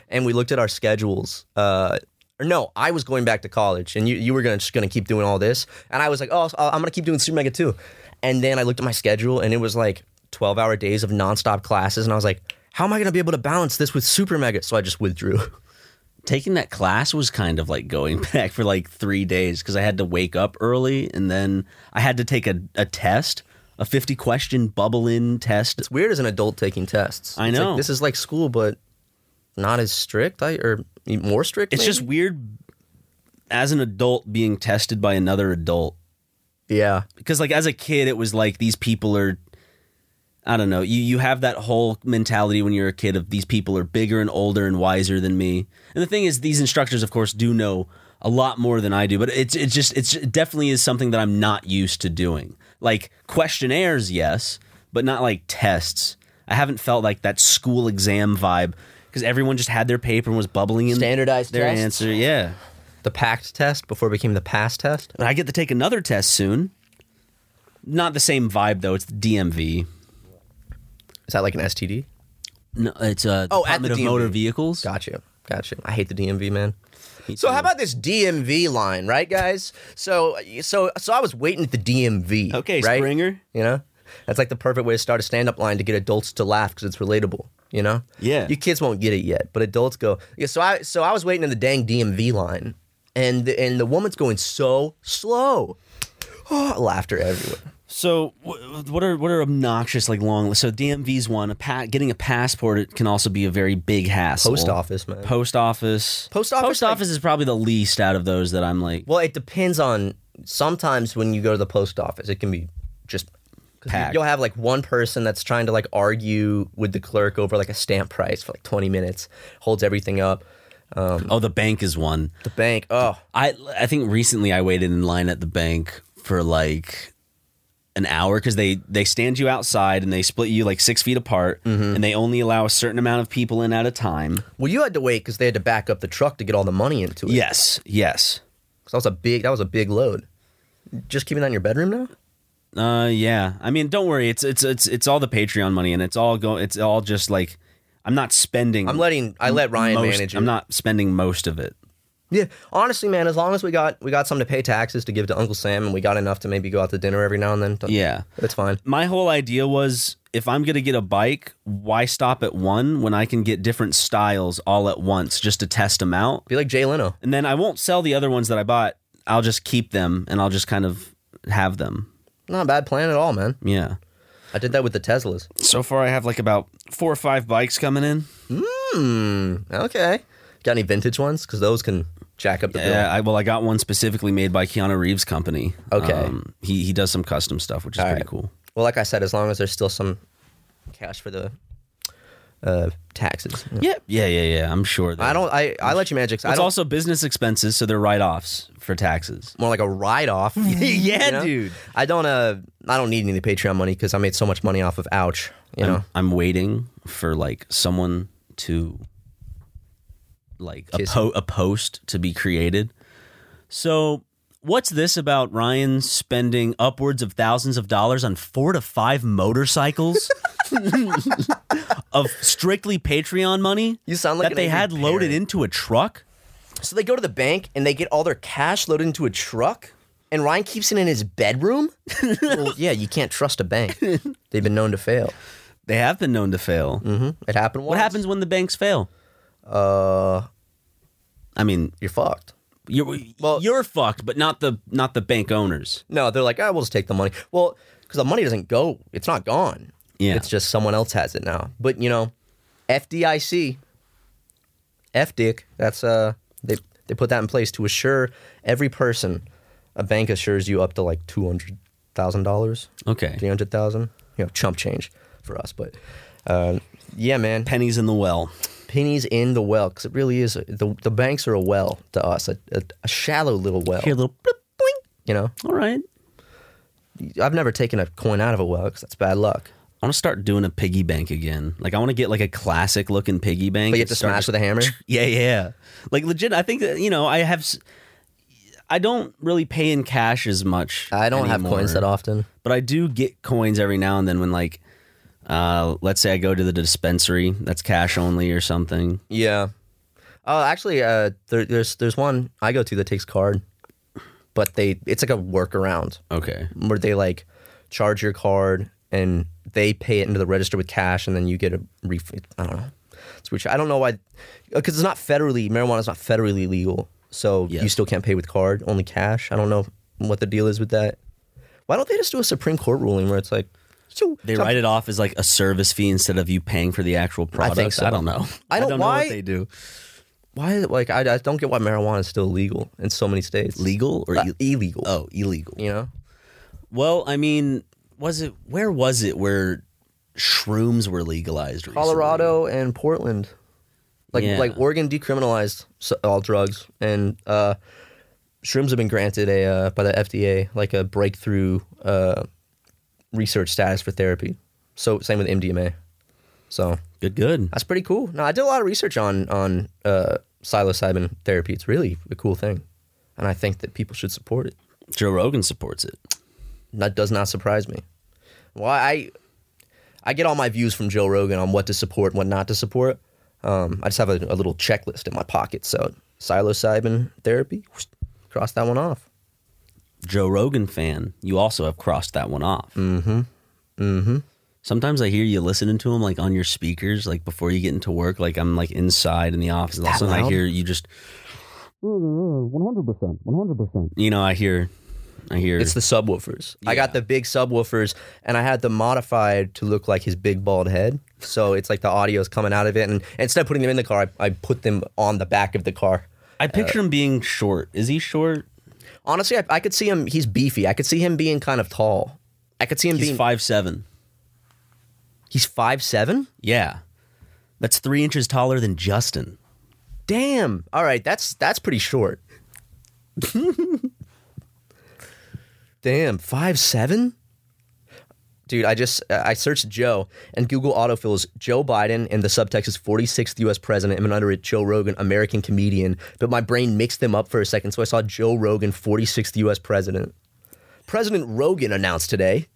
[SPEAKER 5] and we looked at our schedules. Uh, or no, I was going back to college, and you you were gonna just gonna keep doing all this, and I was like, oh, I'll- I'm gonna keep doing Super Mega too. And then I looked at my schedule, and it was like 12 hour days of nonstop classes, and I was like, how am I gonna be able to balance this with Super Mega? So I just withdrew.
[SPEAKER 4] Taking that class was kind of like going back for like three days because I had to wake up early and then I had to take a, a test, a 50 question bubble in test
[SPEAKER 5] It's weird as an adult taking tests.
[SPEAKER 4] I
[SPEAKER 5] It's like,
[SPEAKER 4] know.
[SPEAKER 5] this is like school, but not as strict, I, or e, more strict.
[SPEAKER 4] It's
[SPEAKER 5] maybe?
[SPEAKER 4] just weird as an adult being tested by another adult.
[SPEAKER 5] Yeah.
[SPEAKER 4] because like as a kid it was like these people are i don't know you you have that whole mentality when you're a kid of these people are bigger and older and wiser than me and the thing is these instructors of course do know a lot more than i do but it's it's just it's it definitely is something that i'm not used to doing like questionnaires yes but not like tests i haven't felt like that school exam vibe because everyone just had their paper and was bubbling in
[SPEAKER 5] Standardized
[SPEAKER 4] their
[SPEAKER 5] tests?
[SPEAKER 4] answer yeah
[SPEAKER 5] The PACT test before it became the PASS test.
[SPEAKER 4] but I get to take another test soon. Not the same vibe though. It's the DMV.
[SPEAKER 5] Is that like an STD?
[SPEAKER 4] No, it's uh,
[SPEAKER 5] Oh, at the
[SPEAKER 4] Department of
[SPEAKER 5] DMV.
[SPEAKER 4] Motor Vehicles.
[SPEAKER 5] Gotcha. Gotcha. I hate the DMV, man. So how about this DMV line, right, guys? So so so I was waiting at the DMV.
[SPEAKER 4] Okay,
[SPEAKER 5] right?
[SPEAKER 4] Springer.
[SPEAKER 5] You know, that's like the perfect way to start a stand-up line to get adults to laugh because it's relatable. You know.
[SPEAKER 4] Yeah.
[SPEAKER 5] You kids won't get it yet, but adults go. Yeah. So I so I was waiting in the dang DMV line, and the, and the woman's going so slow. Oh, laughter everywhere.
[SPEAKER 4] So wh- what are what are obnoxious like long? So DMV's one. A pa- getting a passport it can also be a very big hassle.
[SPEAKER 5] Post office, man.
[SPEAKER 4] Post office.
[SPEAKER 5] Post office, like-
[SPEAKER 4] is probably the least out of those that I'm like.
[SPEAKER 5] Well, it depends on. Sometimes when you go to the post office, it can be just 'cause
[SPEAKER 4] Packed.
[SPEAKER 5] You'll have like one person that's trying to like argue with the clerk over like a stamp price for like twenty minutes, holds everything up.
[SPEAKER 4] Oh, the bank is one.
[SPEAKER 5] The bank, oh,
[SPEAKER 4] I I think recently I waited in line at the bank for like an hour because they they stand you outside and they split you like six feet apart
[SPEAKER 5] Mm-hmm.
[SPEAKER 4] and they only allow a certain amount of people in at a time.
[SPEAKER 5] well, you had to wait because they had to back up the truck to get all the money into it.
[SPEAKER 4] Yes, yes,
[SPEAKER 5] 'Cause that was a big, that was a big load. Just keeping that in your bedroom now.
[SPEAKER 4] uh, yeah. I mean, don't worry. It's it's it's it's all the Patreon money and it's all go. It's all just like I'm not spending.
[SPEAKER 5] I'm letting, I let Ryan
[SPEAKER 4] most,
[SPEAKER 5] manage. It.
[SPEAKER 4] I'm not spending most of it.
[SPEAKER 5] Yeah, honestly, man, as long as we got we got some to pay taxes to give to Uncle Sam, and we got enough to maybe go out to dinner every now and then.
[SPEAKER 4] Yeah.
[SPEAKER 5] that's fine.
[SPEAKER 4] my whole idea was if I'm going to get a bike, why stop at one when I can get different styles all at once just to test them out?
[SPEAKER 5] Be like Jay Leno.
[SPEAKER 4] And then I won't sell the other ones that I bought. I'll just keep them and I'll just kind of have them.
[SPEAKER 5] Not a bad plan at all, man.
[SPEAKER 4] Yeah.
[SPEAKER 5] I did that with the Teslas.
[SPEAKER 4] So far, I have like about four or five bikes coming in.
[SPEAKER 5] Hmm. Okay. Got any vintage ones? Because those can jack up the bill.
[SPEAKER 4] Yeah. I, well, I got one specifically made by Keanu Reeves' company. Um,
[SPEAKER 5] Okay.
[SPEAKER 4] he, he does some custom stuff, which is pretty
[SPEAKER 5] right.
[SPEAKER 4] cool.
[SPEAKER 5] Well, like I said, as long as there's still some cash for the uh, taxes.
[SPEAKER 4] Yeah. Yeah. Yeah. Yeah. I'm sure. that-
[SPEAKER 5] I don't. I, I let you magic. I
[SPEAKER 4] It's
[SPEAKER 5] don't,
[SPEAKER 4] also business expenses, so they're write offs for taxes.
[SPEAKER 5] more like a write off.
[SPEAKER 4] Yeah, dude.
[SPEAKER 5] I don't. Uh, I don't need any Patreon money because I made so much money off of Ouch. You know.
[SPEAKER 4] I'm, I'm waiting for like someone to like a,
[SPEAKER 5] Kiss
[SPEAKER 4] po- a post to be created. So, what's this about Ryan spending upwards of thousands of dollars on four to five motorcycles of strictly Patreon money
[SPEAKER 5] You sound like
[SPEAKER 4] that
[SPEAKER 5] an
[SPEAKER 4] they
[SPEAKER 5] angry
[SPEAKER 4] had loaded
[SPEAKER 5] parent.
[SPEAKER 4] into a truck?
[SPEAKER 5] So they go to the bank and they get all their cash loaded into a truck. And Ryan keeps it in his bedroom. well, yeah, you can't trust a bank. They've been known to fail. Mm-hmm.
[SPEAKER 4] They have been known to fail.
[SPEAKER 5] It happened.
[SPEAKER 4] What
[SPEAKER 5] once.
[SPEAKER 4] happens when the banks fail?
[SPEAKER 5] Uh,
[SPEAKER 4] I mean,
[SPEAKER 5] you're fucked.
[SPEAKER 4] you're
[SPEAKER 5] Well-
[SPEAKER 4] you're fucked, but not the not the bank owners.
[SPEAKER 5] No, they're like, ah, we'll just take the money. Well, because the money doesn't go, it's not gone.
[SPEAKER 4] Yeah.
[SPEAKER 5] It's just someone else has it now. But, you know, FDIC, FDIC, that's, uh, they, they put that in place to assure every person, a bank assures you up to like $200,000,
[SPEAKER 4] Okay,
[SPEAKER 5] 300000 you know, chump change for us. But, uh, yeah, man,
[SPEAKER 4] pennies in the well.
[SPEAKER 5] pennies in the well, because it really is, a, the, the banks are a well to us, a, a, a shallow little well,
[SPEAKER 4] Here, little blip, boing.
[SPEAKER 5] you know?
[SPEAKER 4] All right.
[SPEAKER 5] I've never taken a coin out of a well because that's bad luck.
[SPEAKER 4] I want to start doing a piggy bank again. Like I want to get like a classic looking piggy bank.
[SPEAKER 5] But you have
[SPEAKER 4] and
[SPEAKER 5] to
[SPEAKER 4] start
[SPEAKER 5] smash
[SPEAKER 4] just-
[SPEAKER 5] with a hammer.
[SPEAKER 4] Yeah, yeah. Like legit. I think that you know I have. s- I don't really pay in cash as much.
[SPEAKER 5] I don't have
[SPEAKER 4] anymore.
[SPEAKER 5] coins that often.
[SPEAKER 4] but I do get coins every now and then when like, uh, let's say I go to the dispensary that's cash only or something.
[SPEAKER 5] Yeah. Oh, actually, uh, there, there's there's one I go to that takes card, but they it's like a workaround
[SPEAKER 4] Okay.
[SPEAKER 5] where they like charge your card and they pay it into the register with cash, and then you get a refund. I don't know. It's weird. I don't know why, because it's not federally marijuana is not federally legal, so you
[SPEAKER 4] Yes.
[SPEAKER 5] still can't pay with card, only cash. I don't know what the deal is with that. Why don't they just do a Supreme Court ruling where it's like, so
[SPEAKER 4] They
[SPEAKER 5] so-
[SPEAKER 4] write it off as like a service fee instead of you paying for the actual product.
[SPEAKER 5] so.
[SPEAKER 4] don't know.
[SPEAKER 5] I don't-
[SPEAKER 4] know
[SPEAKER 5] why-
[SPEAKER 4] what they do.
[SPEAKER 5] why is it like I, I don't get why marijuana is still legal in so many states
[SPEAKER 4] Legal or
[SPEAKER 5] Uh,
[SPEAKER 4] ill-
[SPEAKER 5] illegal
[SPEAKER 4] oh illegal?
[SPEAKER 5] you know
[SPEAKER 4] Well, I mean, was it where was it where shrooms were legalized? Recently?
[SPEAKER 5] Colorado and Portland. Like
[SPEAKER 4] Yeah.
[SPEAKER 5] like Oregon decriminalized s- all drugs, and uh, shrooms have been granted a uh, by the FDA like a breakthrough uh, research status for therapy. So same with MDMA. So
[SPEAKER 4] Good, good.
[SPEAKER 5] that's pretty cool. No, I did a lot of research on on uh, psilocybin therapy. It's really a cool thing, and I think that people should support it.
[SPEAKER 4] Joe Rogan supports it.
[SPEAKER 5] That does not surprise me. Well, I I get all my views from Joe Rogan on what to support and what not to support. Um, I just have a, a little checklist in my pocket. So psilocybin therapy, whoosh, cross that one off.
[SPEAKER 4] Joe Rogan fan, you also have crossed that one off.
[SPEAKER 5] Mm.
[SPEAKER 4] Mm-hmm. Mm-hmm. Sometimes I hear you listening to him like on your speakers, like before you get into work. Like I'm like inside in the office, and all of a sudden I hear you just. One hundred percent, one hundred percent. You know, I hear, I hear.
[SPEAKER 5] It's the subwoofers. I got the big subwoofers, and I had them modified to look like his big bald head. So it's like the audio's coming out of it, and instead of putting them in the car, I, I put them on the back of the car.
[SPEAKER 4] I picture
[SPEAKER 5] uh,
[SPEAKER 4] him being short. Is he short?
[SPEAKER 5] Honestly, I, I could see him. He's beefy. I could see him being kind of tall. I could see him
[SPEAKER 4] He's
[SPEAKER 5] being.
[SPEAKER 4] five seven.
[SPEAKER 5] he's five seven.
[SPEAKER 4] Yeah, that's three inches taller than Justin.
[SPEAKER 5] Damn. All right, that's that's pretty short. Damn, five seven. Dude, I just uh, I searched Joe and Google autofills Joe Biden and the subtext is 46th U.S. president and then under it Joe Rogan American comedian. But my brain mixed them up for a second, so I saw Joe Rogan 46th U.S. president. President Rogan announced today.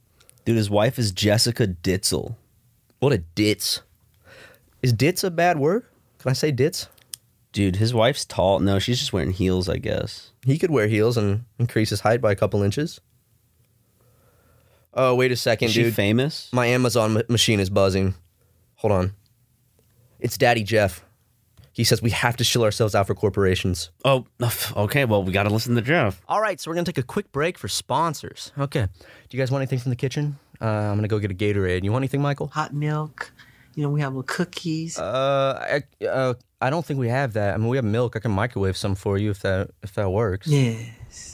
[SPEAKER 4] Dude, his wife is Jessica Ditzel.
[SPEAKER 5] What a ditz. Is ditz a bad word? Can I say ditz?
[SPEAKER 4] Dude, his wife's tall. No, she's just wearing heels, I guess.
[SPEAKER 5] He could wear heels and increase his height by a couple inches. Oh, wait a second,
[SPEAKER 4] Is she
[SPEAKER 5] dude.
[SPEAKER 4] famous?
[SPEAKER 5] My Amazon m- machine is buzzing. Hold on. It's Daddy Jeff. He says we have to shill ourselves out for corporations.
[SPEAKER 4] Oh, okay. Well, we got to listen to Jeff.
[SPEAKER 5] All right, so we're going to take a quick break for sponsors. Okay. Do you guys want anything from the kitchen? Uh, I'm going to go get a Gatorade. You want anything, Michael?
[SPEAKER 2] Hot milk. You know, we have little cookies.
[SPEAKER 5] Uh, I, uh, I don't think we have that. I mean, we have milk. I can microwave some for you if that if that works.
[SPEAKER 2] yes.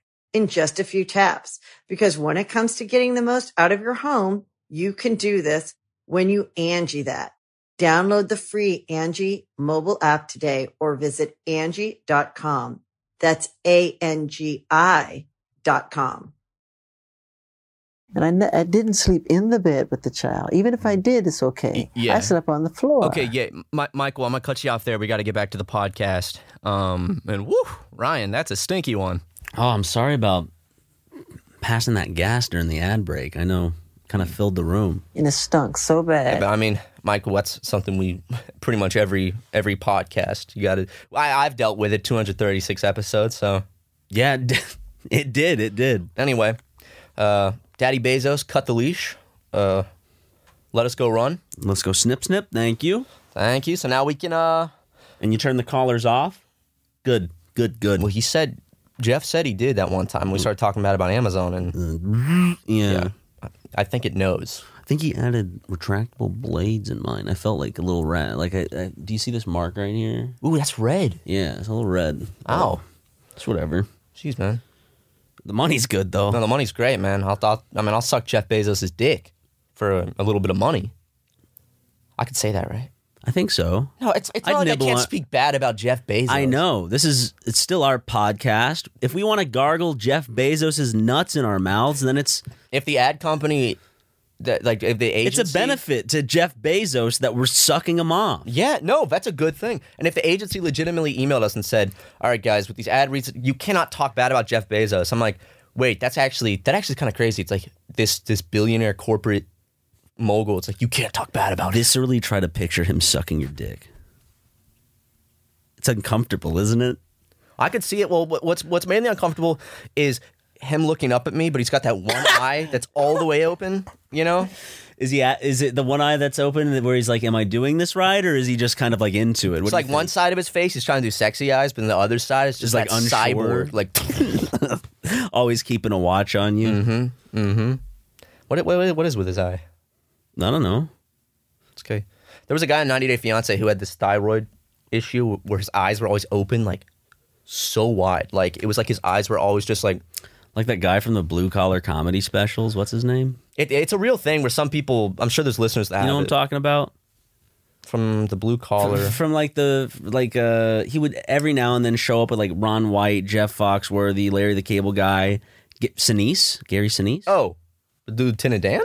[SPEAKER 1] in just a few taps. Because when it comes to getting the most out of your home, you can do this when you Angie that. Download the free Angie mobile app today or visit Angie.com. That's A-N-G-I dot com.
[SPEAKER 2] And I, ne- I didn't sleep in the bed with the child. Even if I did, it's okay.
[SPEAKER 5] Mm. Y- yeah.
[SPEAKER 2] I slept on the floor.
[SPEAKER 5] Okay, yeah, Mi- Michael, I'm gonna cut you off there. We got to get back to the podcast. Um, and woo, Ryan, that's a stinky one.
[SPEAKER 4] Oh, I'm sorry about passing that gas during the ad break. I know kind of filled the room.
[SPEAKER 7] And it stunk so bad.
[SPEAKER 5] Yeah, but I mean, Michael, that's something we pretty much every every podcast. You got to. I, I've dealt with it 236 episodes, so
[SPEAKER 4] yeah, it did. It did. It did.
[SPEAKER 5] Anyway, uh, Daddy Bezos cut the leash. Uh, let us go run.
[SPEAKER 4] Let's go snip snip. Thank you.
[SPEAKER 5] Thank you. So now we can. uh
[SPEAKER 4] And you turn the collars off. Good. Good. Good.
[SPEAKER 5] Well, he said. Jeff said he did that one time. We started talking about it about Amazon, and
[SPEAKER 4] yeah.
[SPEAKER 5] I- I think it knows.
[SPEAKER 4] I think he added retractable blades in mine. I felt like a little rat. Like, I, I do you see this mark right here?
[SPEAKER 5] Ooh, that's red.
[SPEAKER 4] Yeah, it's a little red.
[SPEAKER 5] Ow.
[SPEAKER 4] It's whatever.
[SPEAKER 5] Jeez, man.
[SPEAKER 4] The money's good though.
[SPEAKER 5] No, the money's great, man. I'll, I'll, I mean, I'll suck Jeff Bezos' dick for a, a little bit of money. I could say that, right?
[SPEAKER 4] I think so.
[SPEAKER 5] No, it's, it's
[SPEAKER 4] I'd
[SPEAKER 5] not like I
[SPEAKER 4] nibble
[SPEAKER 5] can't
[SPEAKER 4] on-
[SPEAKER 5] speak bad about Jeff Bezos.
[SPEAKER 4] I know. This is it's still our podcast. If we want to gargle Jeff Bezos's nuts in our mouths, then it's
[SPEAKER 5] If the ad company, that like if the agency,
[SPEAKER 4] it's a benefit to Jeff Bezos that we're sucking him off.
[SPEAKER 5] Yeah, no, that's a good thing. And if the agency legitimately emailed us and said, "All right, guys, with these ad reads, you cannot talk bad about Jeff Bezos," I'm like, wait, that's actually that actually kind of crazy. It's like this this billionaire corporate mogul. It's like you can't talk bad about him.
[SPEAKER 4] Viscerally try to picture him sucking your dick. It's uncomfortable, isn't it?
[SPEAKER 5] I could see it. Well, what- what's what's mainly uncomfortable is him looking up at me, but he's got that one eye that's all the way open. You know,
[SPEAKER 4] Is he? At, is it the one eye that's open where he's like, "Am I doing this right?" Or is he just kind of like into it? What
[SPEAKER 5] it's
[SPEAKER 4] do you
[SPEAKER 5] like one side of his face he's trying to do sexy eyes, but then the other side is just
[SPEAKER 4] Just, like,
[SPEAKER 5] that
[SPEAKER 4] unsure.
[SPEAKER 5] cyborg. Like, Mm-hmm.
[SPEAKER 4] think? always keeping a watch on you.
[SPEAKER 5] what, what what is with his eye?
[SPEAKER 4] I don't know.
[SPEAKER 5] It's okay. There was a guy in 90 Day Fiance who had this thyroid issue where his eyes were always open, like so wide. Like it was like his eyes were always just like
[SPEAKER 4] Like that guy from the blue collar comedy specials. What's his name?
[SPEAKER 5] it, it's a real thing where some people. I'm sure there's listeners that
[SPEAKER 4] You know
[SPEAKER 5] have
[SPEAKER 4] what I'm
[SPEAKER 5] it.
[SPEAKER 4] talking about?
[SPEAKER 5] from the blue collar.
[SPEAKER 4] From like the like uh he would every now and then show up with like Ron White, Jeff Foxworthy, Larry the Cable Guy, G- Sinise, Gary Sinise.
[SPEAKER 5] oh, Lieutenant Dan.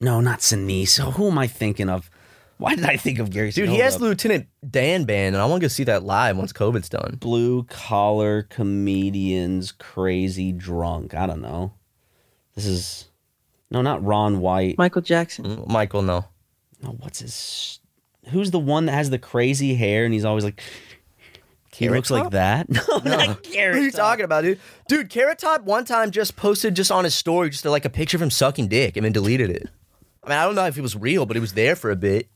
[SPEAKER 4] No, not Sinise. Oh, who am I thinking of? Why did I think of Gary?
[SPEAKER 5] Dude,
[SPEAKER 4] Sinise?
[SPEAKER 5] he has
[SPEAKER 4] Hold up.
[SPEAKER 5] Lieutenant Dan band, and I want to go see that live once COVID's done.
[SPEAKER 4] blue collar comedians crazy drunk. I don't know. This is no, not Ron White.
[SPEAKER 7] Michael Jackson.
[SPEAKER 5] Michael, no.
[SPEAKER 4] No, what's his? Who's the one that has the crazy hair and he's always like he
[SPEAKER 5] Carrot
[SPEAKER 4] looks
[SPEAKER 5] Top?
[SPEAKER 4] like that? No, not Carrot
[SPEAKER 5] What are you
[SPEAKER 4] Top.
[SPEAKER 5] talking about, dude? Dude, Carrot Top one time just posted just on his story just like a picture of him sucking dick and then deleted it. I mean, I don't know if it was real, but it was there for a bit.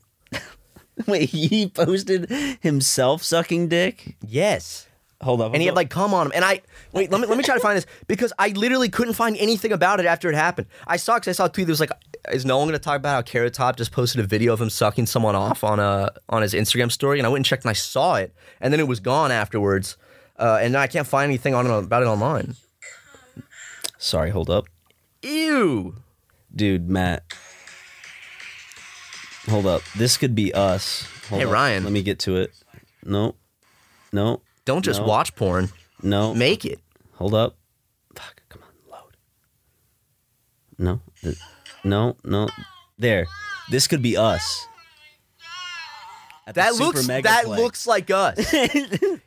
[SPEAKER 4] Wait, he posted himself sucking dick.
[SPEAKER 5] Yes.
[SPEAKER 4] Hold up,
[SPEAKER 5] and he had like cum on him. And I wait, let me let me try to find this because I literally couldn't find anything about it after it happened. I saw because I saw a tweet that was like, "Is no one going to talk about how Carrot Top just posted a video of him sucking someone off on a on his Instagram story?" And I went and checked and I saw it, and then it was gone afterwards. Uh, and I can't find anything on about it online.
[SPEAKER 4] sorry, hold up,
[SPEAKER 5] Ew.
[SPEAKER 4] dude, Matt. Hold up, this could be us. Hold
[SPEAKER 5] Hey,
[SPEAKER 4] up.
[SPEAKER 5] Ryan.
[SPEAKER 4] let me get to it. No, no,
[SPEAKER 5] Don't just
[SPEAKER 4] No.
[SPEAKER 5] watch porn.
[SPEAKER 4] no.
[SPEAKER 5] Make it.
[SPEAKER 4] Hold up. Fuck, come on, load. No, th- no, no. There, this could be us. At the
[SPEAKER 5] That
[SPEAKER 4] Super
[SPEAKER 5] looks
[SPEAKER 4] Megaplex.
[SPEAKER 5] that looks like us.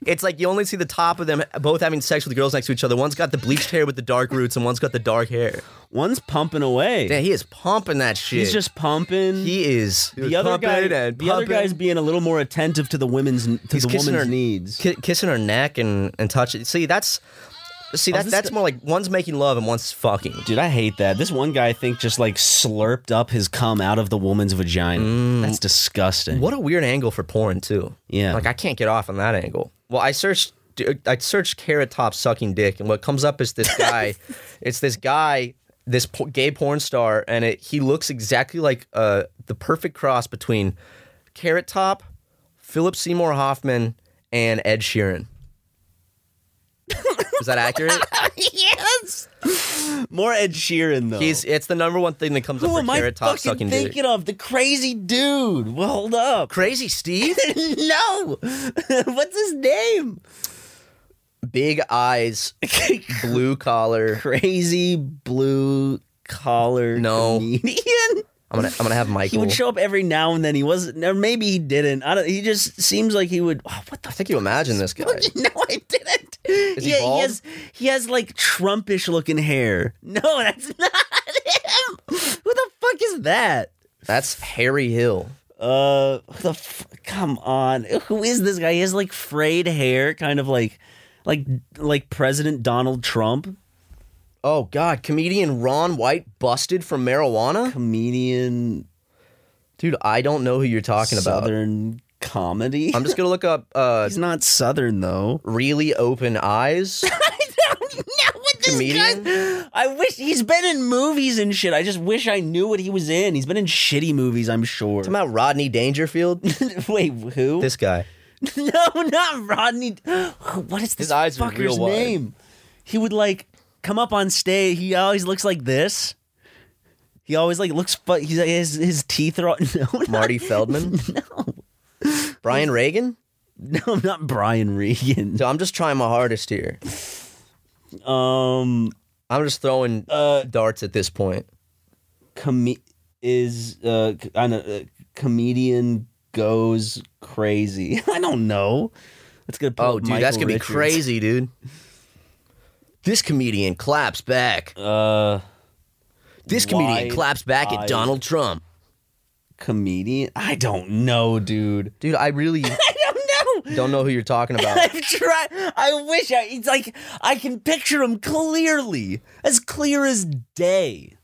[SPEAKER 5] it's like you only see the top of them both having sex with girls next to each other. One's got the bleached hair with the dark roots, and one's got the dark hair.
[SPEAKER 4] one's pumping away.
[SPEAKER 5] Damn, he is pumping that shit.
[SPEAKER 4] He's just pumping.
[SPEAKER 5] he is
[SPEAKER 4] the other
[SPEAKER 5] pumping
[SPEAKER 4] guy,
[SPEAKER 5] and
[SPEAKER 4] the other
[SPEAKER 5] pumping.
[SPEAKER 4] guy's being a little more attentive to the women's to
[SPEAKER 5] He's
[SPEAKER 4] the
[SPEAKER 5] kissing her-
[SPEAKER 4] woman's needs.
[SPEAKER 5] Ki- kissing her neck and and touching. See, that's see that
[SPEAKER 4] this
[SPEAKER 5] that's
[SPEAKER 4] the-
[SPEAKER 5] more like one's making love and one's fucking.
[SPEAKER 4] Dude, I hate that. This one guy, I think, just like slurped up his cum out of the woman's vagina. That's disgusting.
[SPEAKER 5] Mm. What a weird angle for porn too.
[SPEAKER 4] Yeah.
[SPEAKER 5] like I can't get off on that angle. Well, I searched. I searched carrot top sucking dick, and what comes up is this guy. it's this guy, this po- gay porn star, and it, he looks exactly like uh, the perfect cross between carrot top, Philip Seymour Hoffman, and Ed Sheeran. is that accurate?
[SPEAKER 4] yes. More Ed Sheeran though.
[SPEAKER 5] He's it's the number one thing that comes
[SPEAKER 4] Who
[SPEAKER 5] up
[SPEAKER 4] am
[SPEAKER 5] for
[SPEAKER 4] I
[SPEAKER 5] carrot top
[SPEAKER 4] fucking
[SPEAKER 5] sucking
[SPEAKER 4] thinking
[SPEAKER 5] dick.
[SPEAKER 4] of? The crazy dude. Well, hold up.
[SPEAKER 5] Crazy Steve,
[SPEAKER 4] no. What's his name?
[SPEAKER 5] big eyes, blue collar.
[SPEAKER 4] Crazy blue collar
[SPEAKER 5] No.
[SPEAKER 4] comedian.
[SPEAKER 5] I'm gonna I'm gonna have Michael.
[SPEAKER 4] He would show up every now and then. He wasn't, or maybe he didn't. I don't. He just seems like he would. Oh, what the?
[SPEAKER 5] I think you imagine this guy.
[SPEAKER 4] fuck? No, I didn't. Is
[SPEAKER 5] he
[SPEAKER 4] yeah,
[SPEAKER 5] bald?
[SPEAKER 4] he has he has like Trumpish looking hair. No, that's not him. Who the is that?
[SPEAKER 5] That's Harry Hill.
[SPEAKER 4] Uh, the f- come on, who is this guy? He has like frayed hair, kind of like, like, like President Donald Trump.
[SPEAKER 5] Oh God, comedian Ron White busted for marijuana.
[SPEAKER 4] Comedian,
[SPEAKER 5] dude, I don't know who you're talking about.
[SPEAKER 4] Southern comedy.
[SPEAKER 5] I'm just gonna look up. Uh,
[SPEAKER 4] He's not Southern though.
[SPEAKER 5] really open eyes.
[SPEAKER 4] know what this
[SPEAKER 5] Comedian?
[SPEAKER 4] guy- I wish he's been in movies and shit. I just wish I knew what he was in. He's been in shitty movies, I'm sure.
[SPEAKER 5] Talking about Rodney Dangerfield.
[SPEAKER 4] Wait, who?
[SPEAKER 5] this guy.
[SPEAKER 4] no, not Rodney. What is this
[SPEAKER 5] His eyes are
[SPEAKER 4] fucker's
[SPEAKER 5] real wide.
[SPEAKER 4] name? He would like come up on stage. He always looks like this. He always like looks. Fu- he's like, his his teeth are all- no, not-
[SPEAKER 5] Marty Feldman.
[SPEAKER 4] No,
[SPEAKER 5] Brian Reagan.
[SPEAKER 4] no, not Brian Regan.
[SPEAKER 5] So I'm just trying my hardest here.
[SPEAKER 4] Um,
[SPEAKER 5] I'm just throwing
[SPEAKER 4] Uh,
[SPEAKER 5] darts at this point.
[SPEAKER 4] com- is uh, c- I know, uh, comedian goes crazy. I don't know. That's gonna. pull
[SPEAKER 5] Oh,
[SPEAKER 4] up
[SPEAKER 5] dude, that's
[SPEAKER 4] Michael
[SPEAKER 5] gonna
[SPEAKER 4] Richards.
[SPEAKER 5] be crazy, dude. This comedian claps back.
[SPEAKER 4] Uh,
[SPEAKER 5] This comedian
[SPEAKER 4] wide
[SPEAKER 5] claps back at
[SPEAKER 4] eyes.
[SPEAKER 5] Donald Trump.
[SPEAKER 4] comedian. I don't know, dude.
[SPEAKER 5] Dude, I really
[SPEAKER 4] I don't know.
[SPEAKER 5] don't know who you're talking about.
[SPEAKER 4] I've tried. I wish I. It's like I can picture him clearly, as clear as day.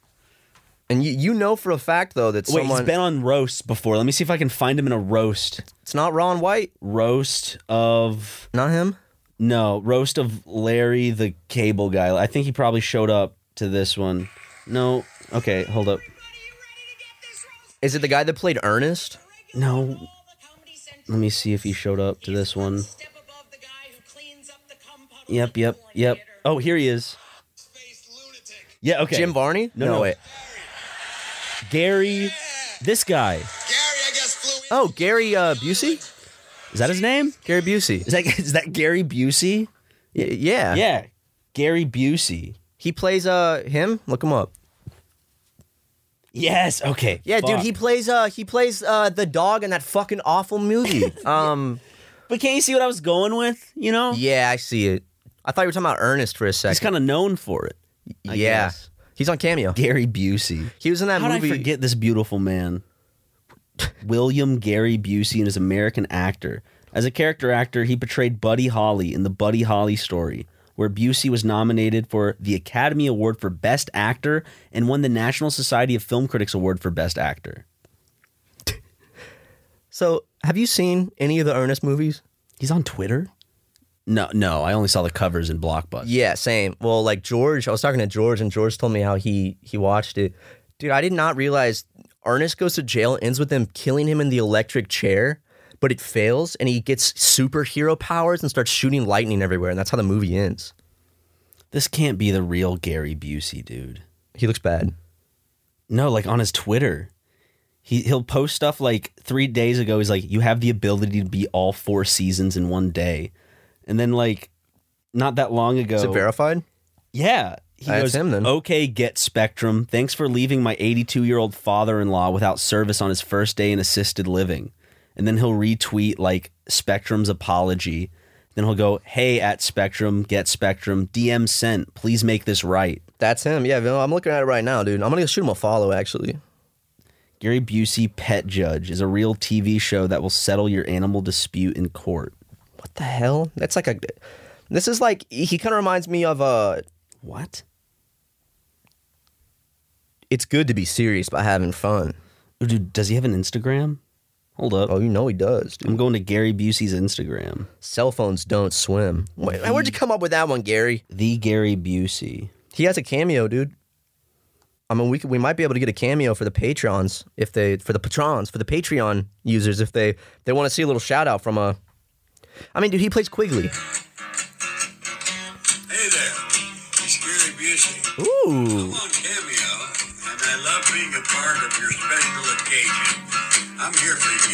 [SPEAKER 5] And you, you know for a fact though that
[SPEAKER 4] Wait,
[SPEAKER 5] someone
[SPEAKER 4] he's been on roasts before. Let me see if I can find him in a roast.
[SPEAKER 5] it's not Ron White,
[SPEAKER 4] Roast of
[SPEAKER 5] not him.
[SPEAKER 4] No, roast of Larry the Cable Guy. I think he probably showed up to this one. No, okay, hold up.
[SPEAKER 5] Is it the guy that played Ernest?
[SPEAKER 4] No, let me see if he showed up to this one. Yep, yep, yep. Oh, here he is. Yeah, okay.
[SPEAKER 5] Jim Varney?
[SPEAKER 4] No, no.
[SPEAKER 5] wait.
[SPEAKER 4] Gary, this guy.
[SPEAKER 5] Oh, Gary uh, Busey?
[SPEAKER 4] Is that his name?
[SPEAKER 5] Gary Busey.
[SPEAKER 4] Is that is that Gary Busey?
[SPEAKER 5] Y- yeah.
[SPEAKER 4] Yeah, Gary Busey.
[SPEAKER 5] He plays uh him? Look him up.
[SPEAKER 4] Yes. Okay.
[SPEAKER 5] Yeah, dude,
[SPEAKER 4] fuck.
[SPEAKER 5] he plays uh he plays uh the dog in that fucking awful movie. um
[SPEAKER 4] But can't you see what I was going with? You know,
[SPEAKER 5] yeah, I see it. I thought you were talking about Ernest for a second.
[SPEAKER 4] he's kind of known for it. I
[SPEAKER 5] yeah.
[SPEAKER 4] guess.
[SPEAKER 5] He's on cameo.
[SPEAKER 4] Gary Busey.
[SPEAKER 5] He was in that
[SPEAKER 4] How
[SPEAKER 5] movie.
[SPEAKER 4] did I forget this beautiful man? William Gary Busey is an American actor. As a character actor, he portrayed Buddy Holly in the Buddy Holly story, where Busey was nominated for the Academy Award for Best Actor and won the National Society of Film Critics Award for Best Actor.
[SPEAKER 5] So, have you seen any of the Ernest movies?
[SPEAKER 4] He's on Twitter? No, no, I only saw the covers in Blockbuster.
[SPEAKER 5] Yeah, same. Well, like George, I was talking to George, and George told me how he he watched it. Dude, I did not realize Ernest goes to jail, ends with them killing him in the electric chair, but it fails, and he gets superhero powers and starts shooting lightning everywhere, and that's how the movie ends.
[SPEAKER 4] This can't be the real Gary Busey, dude.
[SPEAKER 5] He looks bad.
[SPEAKER 4] No, like on his Twitter. He he'll post stuff like three days ago. He's like, you have the ability to be all four seasons in one day, and then like not that long ago,
[SPEAKER 5] Is it verified?
[SPEAKER 4] yeah, he
[SPEAKER 5] That's him then.
[SPEAKER 4] Okay, get Spectrum. Thanks for leaving my 82 year old father in law without service on his first day in assisted living, and then he'll retweet like Spectrum's apology. Then he'll go, hey, at Spectrum, get Spectrum, DM sent. Please make this right.
[SPEAKER 5] That's him. Yeah, Vin, I'm looking at it right now, dude. I'm gonna shoot him a follow. Actually,
[SPEAKER 4] Gary Busey Pet Judge is a real TV show that will settle your animal dispute in court.
[SPEAKER 5] what the hell? That's like a. This is like he kind of reminds me of uh
[SPEAKER 4] What?
[SPEAKER 5] It's good to be serious by having fun.
[SPEAKER 4] Oh, Dude, does he have an Instagram? Hold up.
[SPEAKER 5] Oh, you know he does. Dude.
[SPEAKER 4] I'm going to Gary Busey's Instagram.
[SPEAKER 5] Cell phones don't swim. Wait, where'd you come up with that one, Gary?
[SPEAKER 4] The Gary Busey.
[SPEAKER 5] He has a cameo, dude. I mean, we could, we might be able to get a cameo for the patrons if they for the patrons for the Patreon users if they they want to see a little shout out from a. I mean, dude, he plays Quigley.
[SPEAKER 8] Hey there, it's Gary Busey. I'm
[SPEAKER 5] Ooh,
[SPEAKER 8] on Cameo, and I love being a part of your special occasion. I'm here for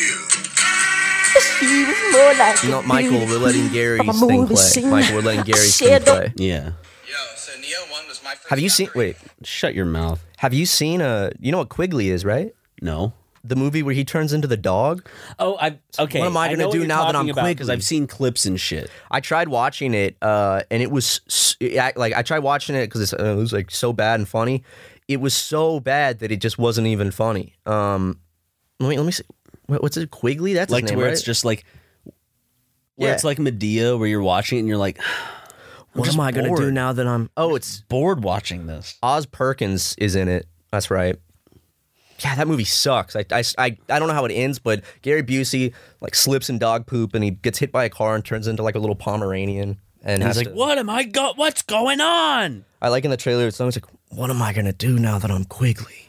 [SPEAKER 8] you.
[SPEAKER 5] not Michael. We're letting Gary's thing play. Michael, we're letting Gary's thing play.
[SPEAKER 4] Yeah.
[SPEAKER 8] Yo, so Neo One was my first.
[SPEAKER 5] Have you seen? Wait,
[SPEAKER 4] Shut your mouth.
[SPEAKER 5] have you seen a? You know what Quigley is, right?
[SPEAKER 4] No.
[SPEAKER 5] The movie where he turns into the dog.
[SPEAKER 4] Oh, I okay.
[SPEAKER 5] What am I gonna
[SPEAKER 4] know what
[SPEAKER 5] do
[SPEAKER 4] you're
[SPEAKER 5] now that I'm
[SPEAKER 4] talking about Because
[SPEAKER 5] Quigley?
[SPEAKER 4] I've seen clips and shit.
[SPEAKER 5] I tried watching it, uh, and it was s- I- like I tried watching it because uh, it was like so bad and funny. it was so bad that it just wasn't even funny. Um, let me let me see. What, what's it? Quigley? That's
[SPEAKER 4] like
[SPEAKER 5] his
[SPEAKER 4] to
[SPEAKER 5] name,
[SPEAKER 4] where
[SPEAKER 5] right?
[SPEAKER 4] it's just like where
[SPEAKER 5] Yeah.
[SPEAKER 4] it's like Medea, where you're watching it and you're like,
[SPEAKER 5] What am I gonna do now that I'm? Oh, it's
[SPEAKER 4] bored watching this.
[SPEAKER 5] Oz Perkins is in it. That's right. Yeah, that movie sucks. I, I, I, I don't know how it ends, but Gary Busey like slips in dog poop and he gets hit by a car and turns into like a little Pomeranian. And,
[SPEAKER 4] And he's
[SPEAKER 5] has
[SPEAKER 4] like,
[SPEAKER 5] to-
[SPEAKER 4] "What am I got? What's going on?"
[SPEAKER 5] I like in the trailer, it's always like, what am I going to do now that I'm Quigley?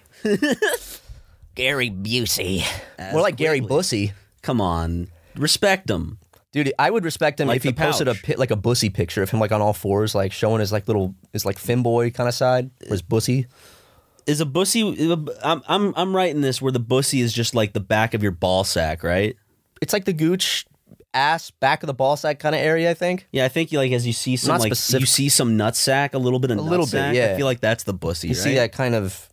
[SPEAKER 6] Gary Busey.
[SPEAKER 5] More like Gary Bussy.
[SPEAKER 4] Come on. Respect him.
[SPEAKER 5] Dude, I would respect him
[SPEAKER 4] Like
[SPEAKER 5] if he
[SPEAKER 4] the
[SPEAKER 5] posted a
[SPEAKER 4] pouch.
[SPEAKER 5] pi- like a bussy picture of him like on all fours, like showing his like little his like finboy kind of side or his bussy.
[SPEAKER 4] Is a bussy? I'm I'm I'm writing this where the bussy is just like the back of your ball sack, right?
[SPEAKER 5] It's like the gooch ass back of the ball sack kind of area, I think.
[SPEAKER 4] Yeah, I think you like as you see some
[SPEAKER 5] Not
[SPEAKER 4] like
[SPEAKER 5] specific-
[SPEAKER 4] you see some nut sack, a little bit of
[SPEAKER 5] A
[SPEAKER 4] nut
[SPEAKER 5] little bit,
[SPEAKER 4] sack,
[SPEAKER 5] yeah.
[SPEAKER 4] I feel like that's the bussy.
[SPEAKER 5] You see that
[SPEAKER 4] right?
[SPEAKER 5] kind of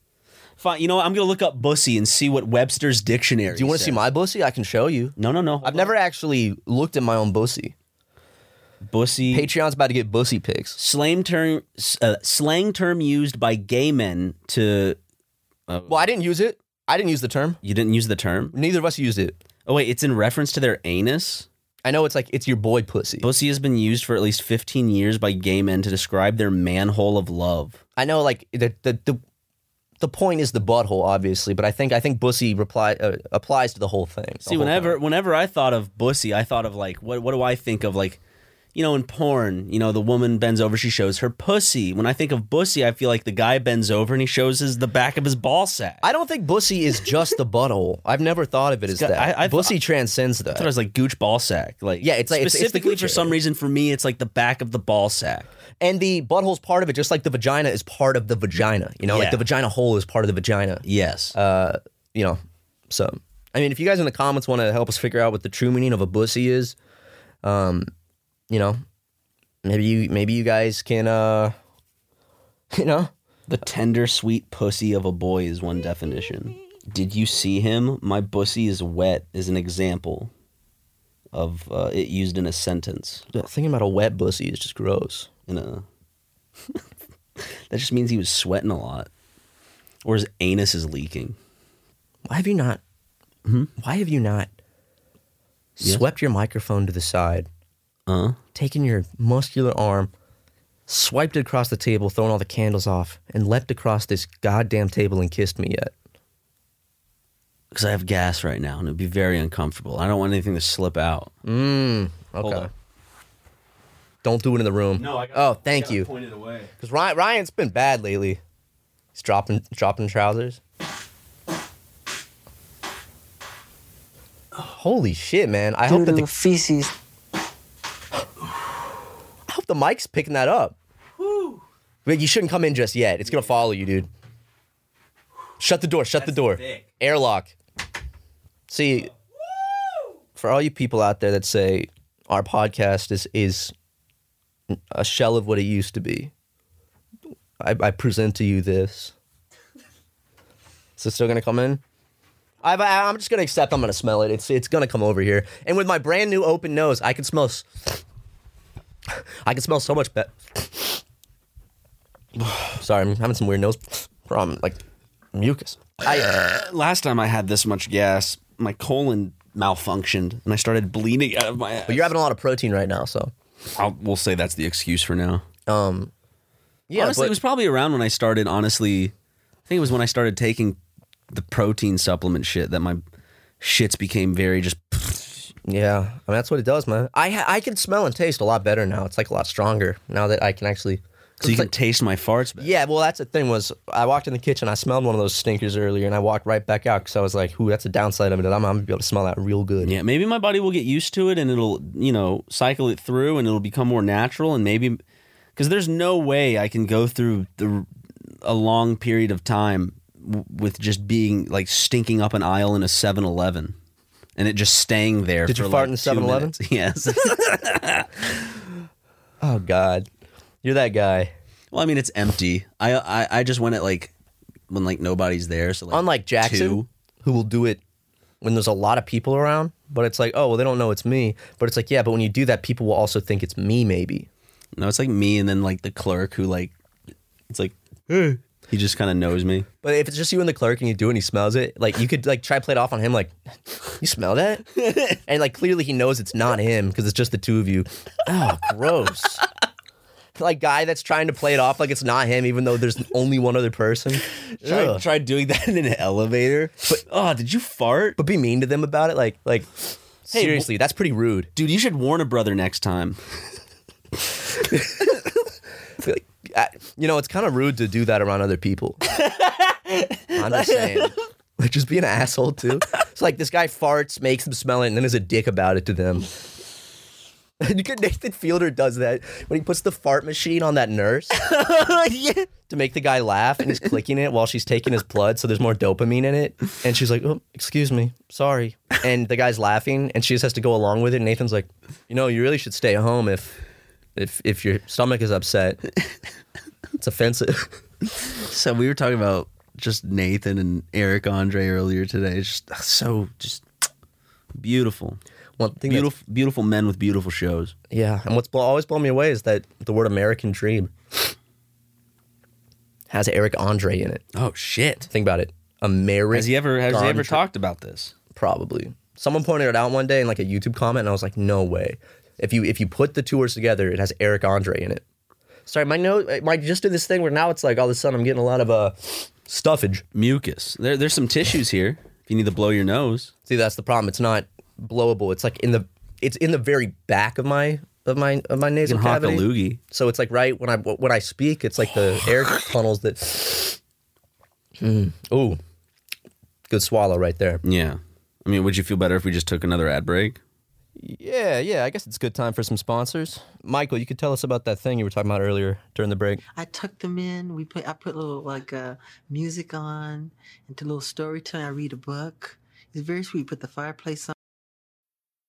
[SPEAKER 4] Fine. You know, what? I'm gonna look up bussy and see what Webster's dictionary.
[SPEAKER 5] Do you want to see my bussy? I can show you.
[SPEAKER 4] No, no, no.
[SPEAKER 5] I've never actually looked at my own bussy.
[SPEAKER 4] bussy?
[SPEAKER 5] Patreon's about to get bussy pics.
[SPEAKER 4] slang term s- uh, slang term used by gay men to
[SPEAKER 5] Well, I didn't use it. I didn't use the term.
[SPEAKER 4] you didn't use the term
[SPEAKER 5] Neither of us used it.
[SPEAKER 4] oh wait it's in reference to their anus
[SPEAKER 5] I know it's like it's your boy pussy.
[SPEAKER 4] pussy has been used for at least 15 years by gay men to describe their manhole of love
[SPEAKER 5] I know like the the the, the point is the butthole, obviously, but I think I think bussy reply uh, applies to the whole thing. the
[SPEAKER 4] see
[SPEAKER 5] whole
[SPEAKER 4] whenever
[SPEAKER 5] thing.
[SPEAKER 4] whenever i thought of bussy i thought of like what what do i think of like you know in porn you know the woman bends over she shows her pussy when i think of bussy i feel like the guy bends over and he shows his the back of his ball sack
[SPEAKER 5] I don't think bussy is just the butthole. I've never thought of it as
[SPEAKER 4] got-
[SPEAKER 5] that.
[SPEAKER 4] I- I thought-
[SPEAKER 5] bussy transcends that.
[SPEAKER 4] I thought it was like gooch ball sack. Like
[SPEAKER 5] Yeah, it's like- it's- it's the
[SPEAKER 4] specifically for
[SPEAKER 5] gooch
[SPEAKER 4] some
[SPEAKER 5] area.
[SPEAKER 4] reason for me, it's like the back of the ball sack.
[SPEAKER 5] and the butthole's part of it, just like the vagina is part of the vagina. You know,
[SPEAKER 4] Yeah.
[SPEAKER 5] like the vagina hole is part of the vagina.
[SPEAKER 4] Yes.
[SPEAKER 5] Uh, you know, so I mean, if you guys in the comments want to help us figure out what the true meaning of a bussy is, um, you know, maybe you maybe you guys can uh, you know,
[SPEAKER 4] the tender, sweet pussy of a boy is one definition. Did you see him? My bussy is wet is an example of uh, it used in a sentence.
[SPEAKER 5] thinking about a wet bussy is just gross.
[SPEAKER 4] In a that just means he was sweating a lot, or his anus is leaking.
[SPEAKER 5] Why have you not? Why have you not
[SPEAKER 4] Yeah.
[SPEAKER 5] swept your microphone to the side,
[SPEAKER 4] Huh?
[SPEAKER 5] taken your muscular arm, swiped it across the table, thrown all the candles off, and leapt across this goddamn table and kissed me yet?
[SPEAKER 4] Because I have gas right now, and it'd be very uncomfortable. I don't want anything to slip out. Hold
[SPEAKER 5] Okay.
[SPEAKER 4] on.
[SPEAKER 5] Don't do it in the room. No, I got Oh, thank you.
[SPEAKER 4] Pointed away.
[SPEAKER 5] Because Ryan, Ryan's been bad lately. He's dropping dropping trousers. Holy shit, man. I hope
[SPEAKER 7] Due
[SPEAKER 5] that
[SPEAKER 7] to
[SPEAKER 5] the
[SPEAKER 7] feces.
[SPEAKER 5] I hope the mic's picking that up. Wait, you shouldn't come in just yet. It's gonna follow you, dude. Shut the door. Shut the door. Airlock. See, for all you people out there that say our podcast is is a shell of what it used to be, I, I present to you this. Is it still gonna come in? I've, I- I'm just gonna accept. I'm gonna smell it. It's it's gonna come over here, and with my brand new open nose, I can smell. s- I can smell so much better. Sorry, I'm having some weird nose problem, like mucus. I
[SPEAKER 4] Uh, last time I had this much gas, my colon malfunctioned and I started bleeding out of my ass.
[SPEAKER 5] but you're having a lot of protein right now, so
[SPEAKER 4] I'll, we'll say that's the excuse for now.
[SPEAKER 5] um, yeah.
[SPEAKER 4] honestly,
[SPEAKER 5] but-
[SPEAKER 4] it was probably around when I started. Honestly, I think it was when I started taking the protein supplement shit that my shits became very just.
[SPEAKER 5] yeah. I mean, that's what it does, man. I ha- I can smell and taste a lot better now. It's like a lot stronger now that I can actually. 'cause
[SPEAKER 4] So you
[SPEAKER 5] it's
[SPEAKER 4] can
[SPEAKER 5] like-
[SPEAKER 4] taste my farts. Better.
[SPEAKER 5] yeah, well, that's the thing was I walked in the kitchen, I smelled one of those stinkers earlier, and I walked right back out because I was like, "Ooh, that's a downside of it. I'm, I'm gonna be able to smell that real good."
[SPEAKER 4] Yeah, maybe my body will get used to it and it'll, you know, cycle it through and it'll become more natural and maybe cuz there's no way I can go through the a long period of time w- with just being like stinking up an aisle in a 7-Eleven and it just staying there
[SPEAKER 5] Did you
[SPEAKER 4] for,
[SPEAKER 5] fart
[SPEAKER 4] like,
[SPEAKER 5] in the
[SPEAKER 4] two
[SPEAKER 5] 7-Eleven?
[SPEAKER 4] minutes. Yes.
[SPEAKER 5] Oh God, you're that guy.
[SPEAKER 4] well, I mean it's empty. I I I just went at like when like nobody's there, so like
[SPEAKER 5] unlike Jackson,
[SPEAKER 4] two.
[SPEAKER 5] who will do it when there's a lot of people around. But it's like, oh well, they don't know it's me. But it's like, yeah, but when you do that, people will also think it's me, maybe.
[SPEAKER 4] No, it's like me and then like the clerk who like it's like He just kind of knows me.
[SPEAKER 5] But if it's just you and the clerk and you do it and he smells it, like you could like try to play it off on him, like you smell that, and like clearly he knows it's not him because it's just the two of you. Oh, gross! like guy that's trying to play it off like it's not him, even though there's only one other person.
[SPEAKER 4] Try, try doing that in an elevator. But oh, did you fart?
[SPEAKER 5] But be mean to them about it. Like like seriously, that's pretty rude,
[SPEAKER 4] dude. You should warn a brother next time.
[SPEAKER 5] Like, I- you know, it's kind of rude to do that around other people. I'm just saying. Like, just be an asshole, too. It's like this guy farts, makes them smell it, and then is a dick about it to them. And you could- Nathan Fielder does that when he puts the fart machine on that nurse to make the guy laugh, and he's clicking it while she's taking his blood, so there's more dopamine in it. And she's like, "Oh, excuse me, sorry." And the guy's laughing, and she just has to go along with it. And Nathan's like, "You know, you really should stay home if, if, if your stomach is upset. It's offensive."
[SPEAKER 4] So we were talking about just Nathan and Eric Andre earlier today. It's just ugh, so just beautiful.
[SPEAKER 5] One thing that's-
[SPEAKER 4] beautiful beautiful men with beautiful shows.
[SPEAKER 5] Yeah, and what's blo- always blown me away is that the word American Dream has Eric Andre in it.
[SPEAKER 4] Oh shit.
[SPEAKER 5] Think about it. American.
[SPEAKER 4] Has he ever has he ever
[SPEAKER 5] Andre-
[SPEAKER 4] talked about this?
[SPEAKER 5] Probably. Someone pointed it out one day in like a YouTube comment, and I was like, no way. If you if you put the two words together, it has Eric Andre in it. Sorry, my note. My just did this thing where now it's like all of a sudden I'm getting a lot of uh stuffage.
[SPEAKER 4] Mucus. There there's some tissues here. If you need to blow your nose.
[SPEAKER 5] See, that's the problem. It's not blowable. It's like in the it's in the very back of my of my of my
[SPEAKER 4] You
[SPEAKER 5] nasal
[SPEAKER 4] can hawk a
[SPEAKER 5] cavity.
[SPEAKER 4] loogie.
[SPEAKER 5] So it's like right when I when I speak, it's like the air tunnels that. Mm. Ooh, good swallow right there.
[SPEAKER 4] Yeah. I mean, would you feel better if we just took another ad break?
[SPEAKER 5] Yeah, yeah. I guess it's good time for some sponsors. Michael, you could tell us about that thing you were talking about earlier during the break.
[SPEAKER 7] I tucked them in. We put I put little like uh, music on and a little storytelling. I read a book. It's very sweet. Put the fireplace on.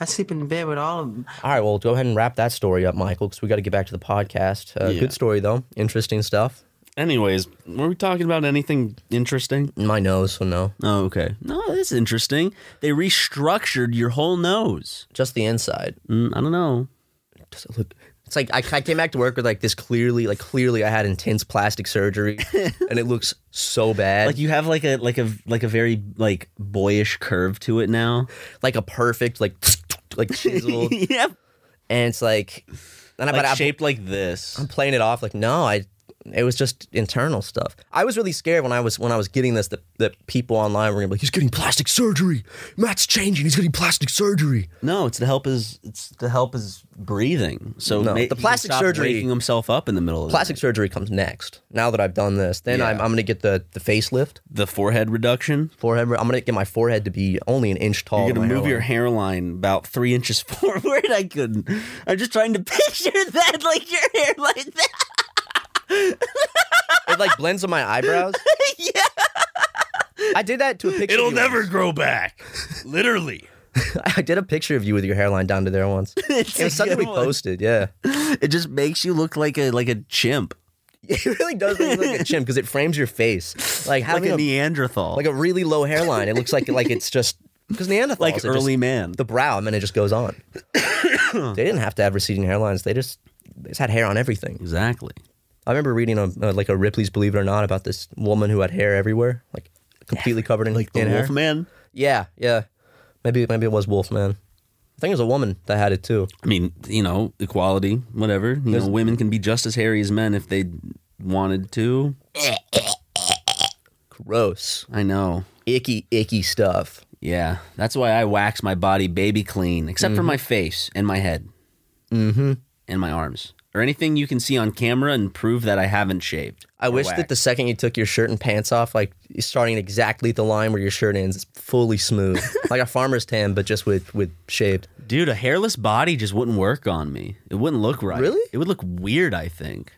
[SPEAKER 7] I sleep in bed with all of them.
[SPEAKER 5] All right, well, go ahead and wrap that story up, Michael, because we got to get back to the podcast. Uh,
[SPEAKER 4] Yeah.
[SPEAKER 5] Good story though, interesting stuff.
[SPEAKER 4] Anyways, were we talking about anything interesting?
[SPEAKER 5] My nose, so no,
[SPEAKER 4] Oh, okay. No, that's interesting. They restructured your whole nose.
[SPEAKER 5] just the inside.
[SPEAKER 4] Mm, I don't know.
[SPEAKER 5] Does it look? It's like I, I came back to work with like this clearly, like clearly I had intense plastic surgery, and it looks so bad.
[SPEAKER 4] Like you have like a like a like a very like boyish curve to it now.
[SPEAKER 5] like a perfect like like chiseled
[SPEAKER 4] yep.
[SPEAKER 5] and it's like and
[SPEAKER 4] Like
[SPEAKER 5] but I,
[SPEAKER 4] shaped like this.
[SPEAKER 5] I'm playing it off like no I it was just internal stuff. I was really scared when I was when I was getting this that, that people online were gonna be like he's getting plastic surgery. Matt's changing. He's getting plastic surgery.
[SPEAKER 4] No, it's to help his it's to help his breathing. So
[SPEAKER 5] No,
[SPEAKER 4] ma-
[SPEAKER 5] the
[SPEAKER 4] he can
[SPEAKER 5] plastic
[SPEAKER 4] stop
[SPEAKER 5] surgery-
[SPEAKER 4] waking himself up in the middle of the
[SPEAKER 5] Plastic surgery comes next. Now that I've done this, then
[SPEAKER 4] Yeah.
[SPEAKER 5] I'm, I'm gonna get the the facelift
[SPEAKER 4] night. the forehead reduction.
[SPEAKER 5] forehead. I'm gonna get my forehead to be only an inch tall.
[SPEAKER 4] You're
[SPEAKER 5] and
[SPEAKER 4] gonna
[SPEAKER 5] my
[SPEAKER 4] move your
[SPEAKER 5] hairline.
[SPEAKER 4] hairline about three inches forward. I couldn't. I'm just trying to picture that, like your hairline. That.
[SPEAKER 5] It like blends with my eyebrows. yeah. I did that to a picture. of you once.
[SPEAKER 9] grow back. Literally.
[SPEAKER 5] I did a picture of you with your hairline down to there once.
[SPEAKER 4] It's
[SPEAKER 5] it was
[SPEAKER 4] a
[SPEAKER 5] something we
[SPEAKER 4] good one.
[SPEAKER 5] posted. Yeah,
[SPEAKER 4] It just makes you look like a like a chimp,
[SPEAKER 5] it really does look like a chimp because it frames your face. Like
[SPEAKER 4] like
[SPEAKER 5] having
[SPEAKER 4] a,
[SPEAKER 5] a,
[SPEAKER 4] Neanderthal,
[SPEAKER 5] like a really low hairline. It looks like like it's just because Neanderthals
[SPEAKER 4] Like
[SPEAKER 5] are just-
[SPEAKER 4] early man.
[SPEAKER 5] The brow, and then it just goes on. they didn't have to have receding hairlines. They just they just had hair on everything.
[SPEAKER 4] exactly.
[SPEAKER 5] I remember reading a, uh, like a Ripley's Believe It or Not about this woman who had hair everywhere, like completely covered in
[SPEAKER 4] Like the
[SPEAKER 5] in hair.
[SPEAKER 4] Wolfman.
[SPEAKER 5] Yeah, yeah. Maybe maybe it was Wolfman. I think it was a woman that had it too.
[SPEAKER 4] I mean, you know, equality, whatever. You know, women can be just as hairy as men if they wanted to.
[SPEAKER 5] Gross.
[SPEAKER 4] I know.
[SPEAKER 5] Icky, icky stuff.
[SPEAKER 4] Yeah, that's why I wax my body baby clean, except for
[SPEAKER 5] Mhm.
[SPEAKER 4] my face and my head.
[SPEAKER 5] Mm-hmm.
[SPEAKER 4] And my arms. Or anything you can see on camera and prove that I haven't shaved.
[SPEAKER 5] I wish that the second you took your shirt and pants off, like starting exactly at the line where your shirt ends, it's fully smooth, like a farmer's tan, but just with with shaved.
[SPEAKER 4] Dude, a hairless body just wouldn't work on me. It wouldn't look right.
[SPEAKER 5] Really?
[SPEAKER 4] It would look weird, I think.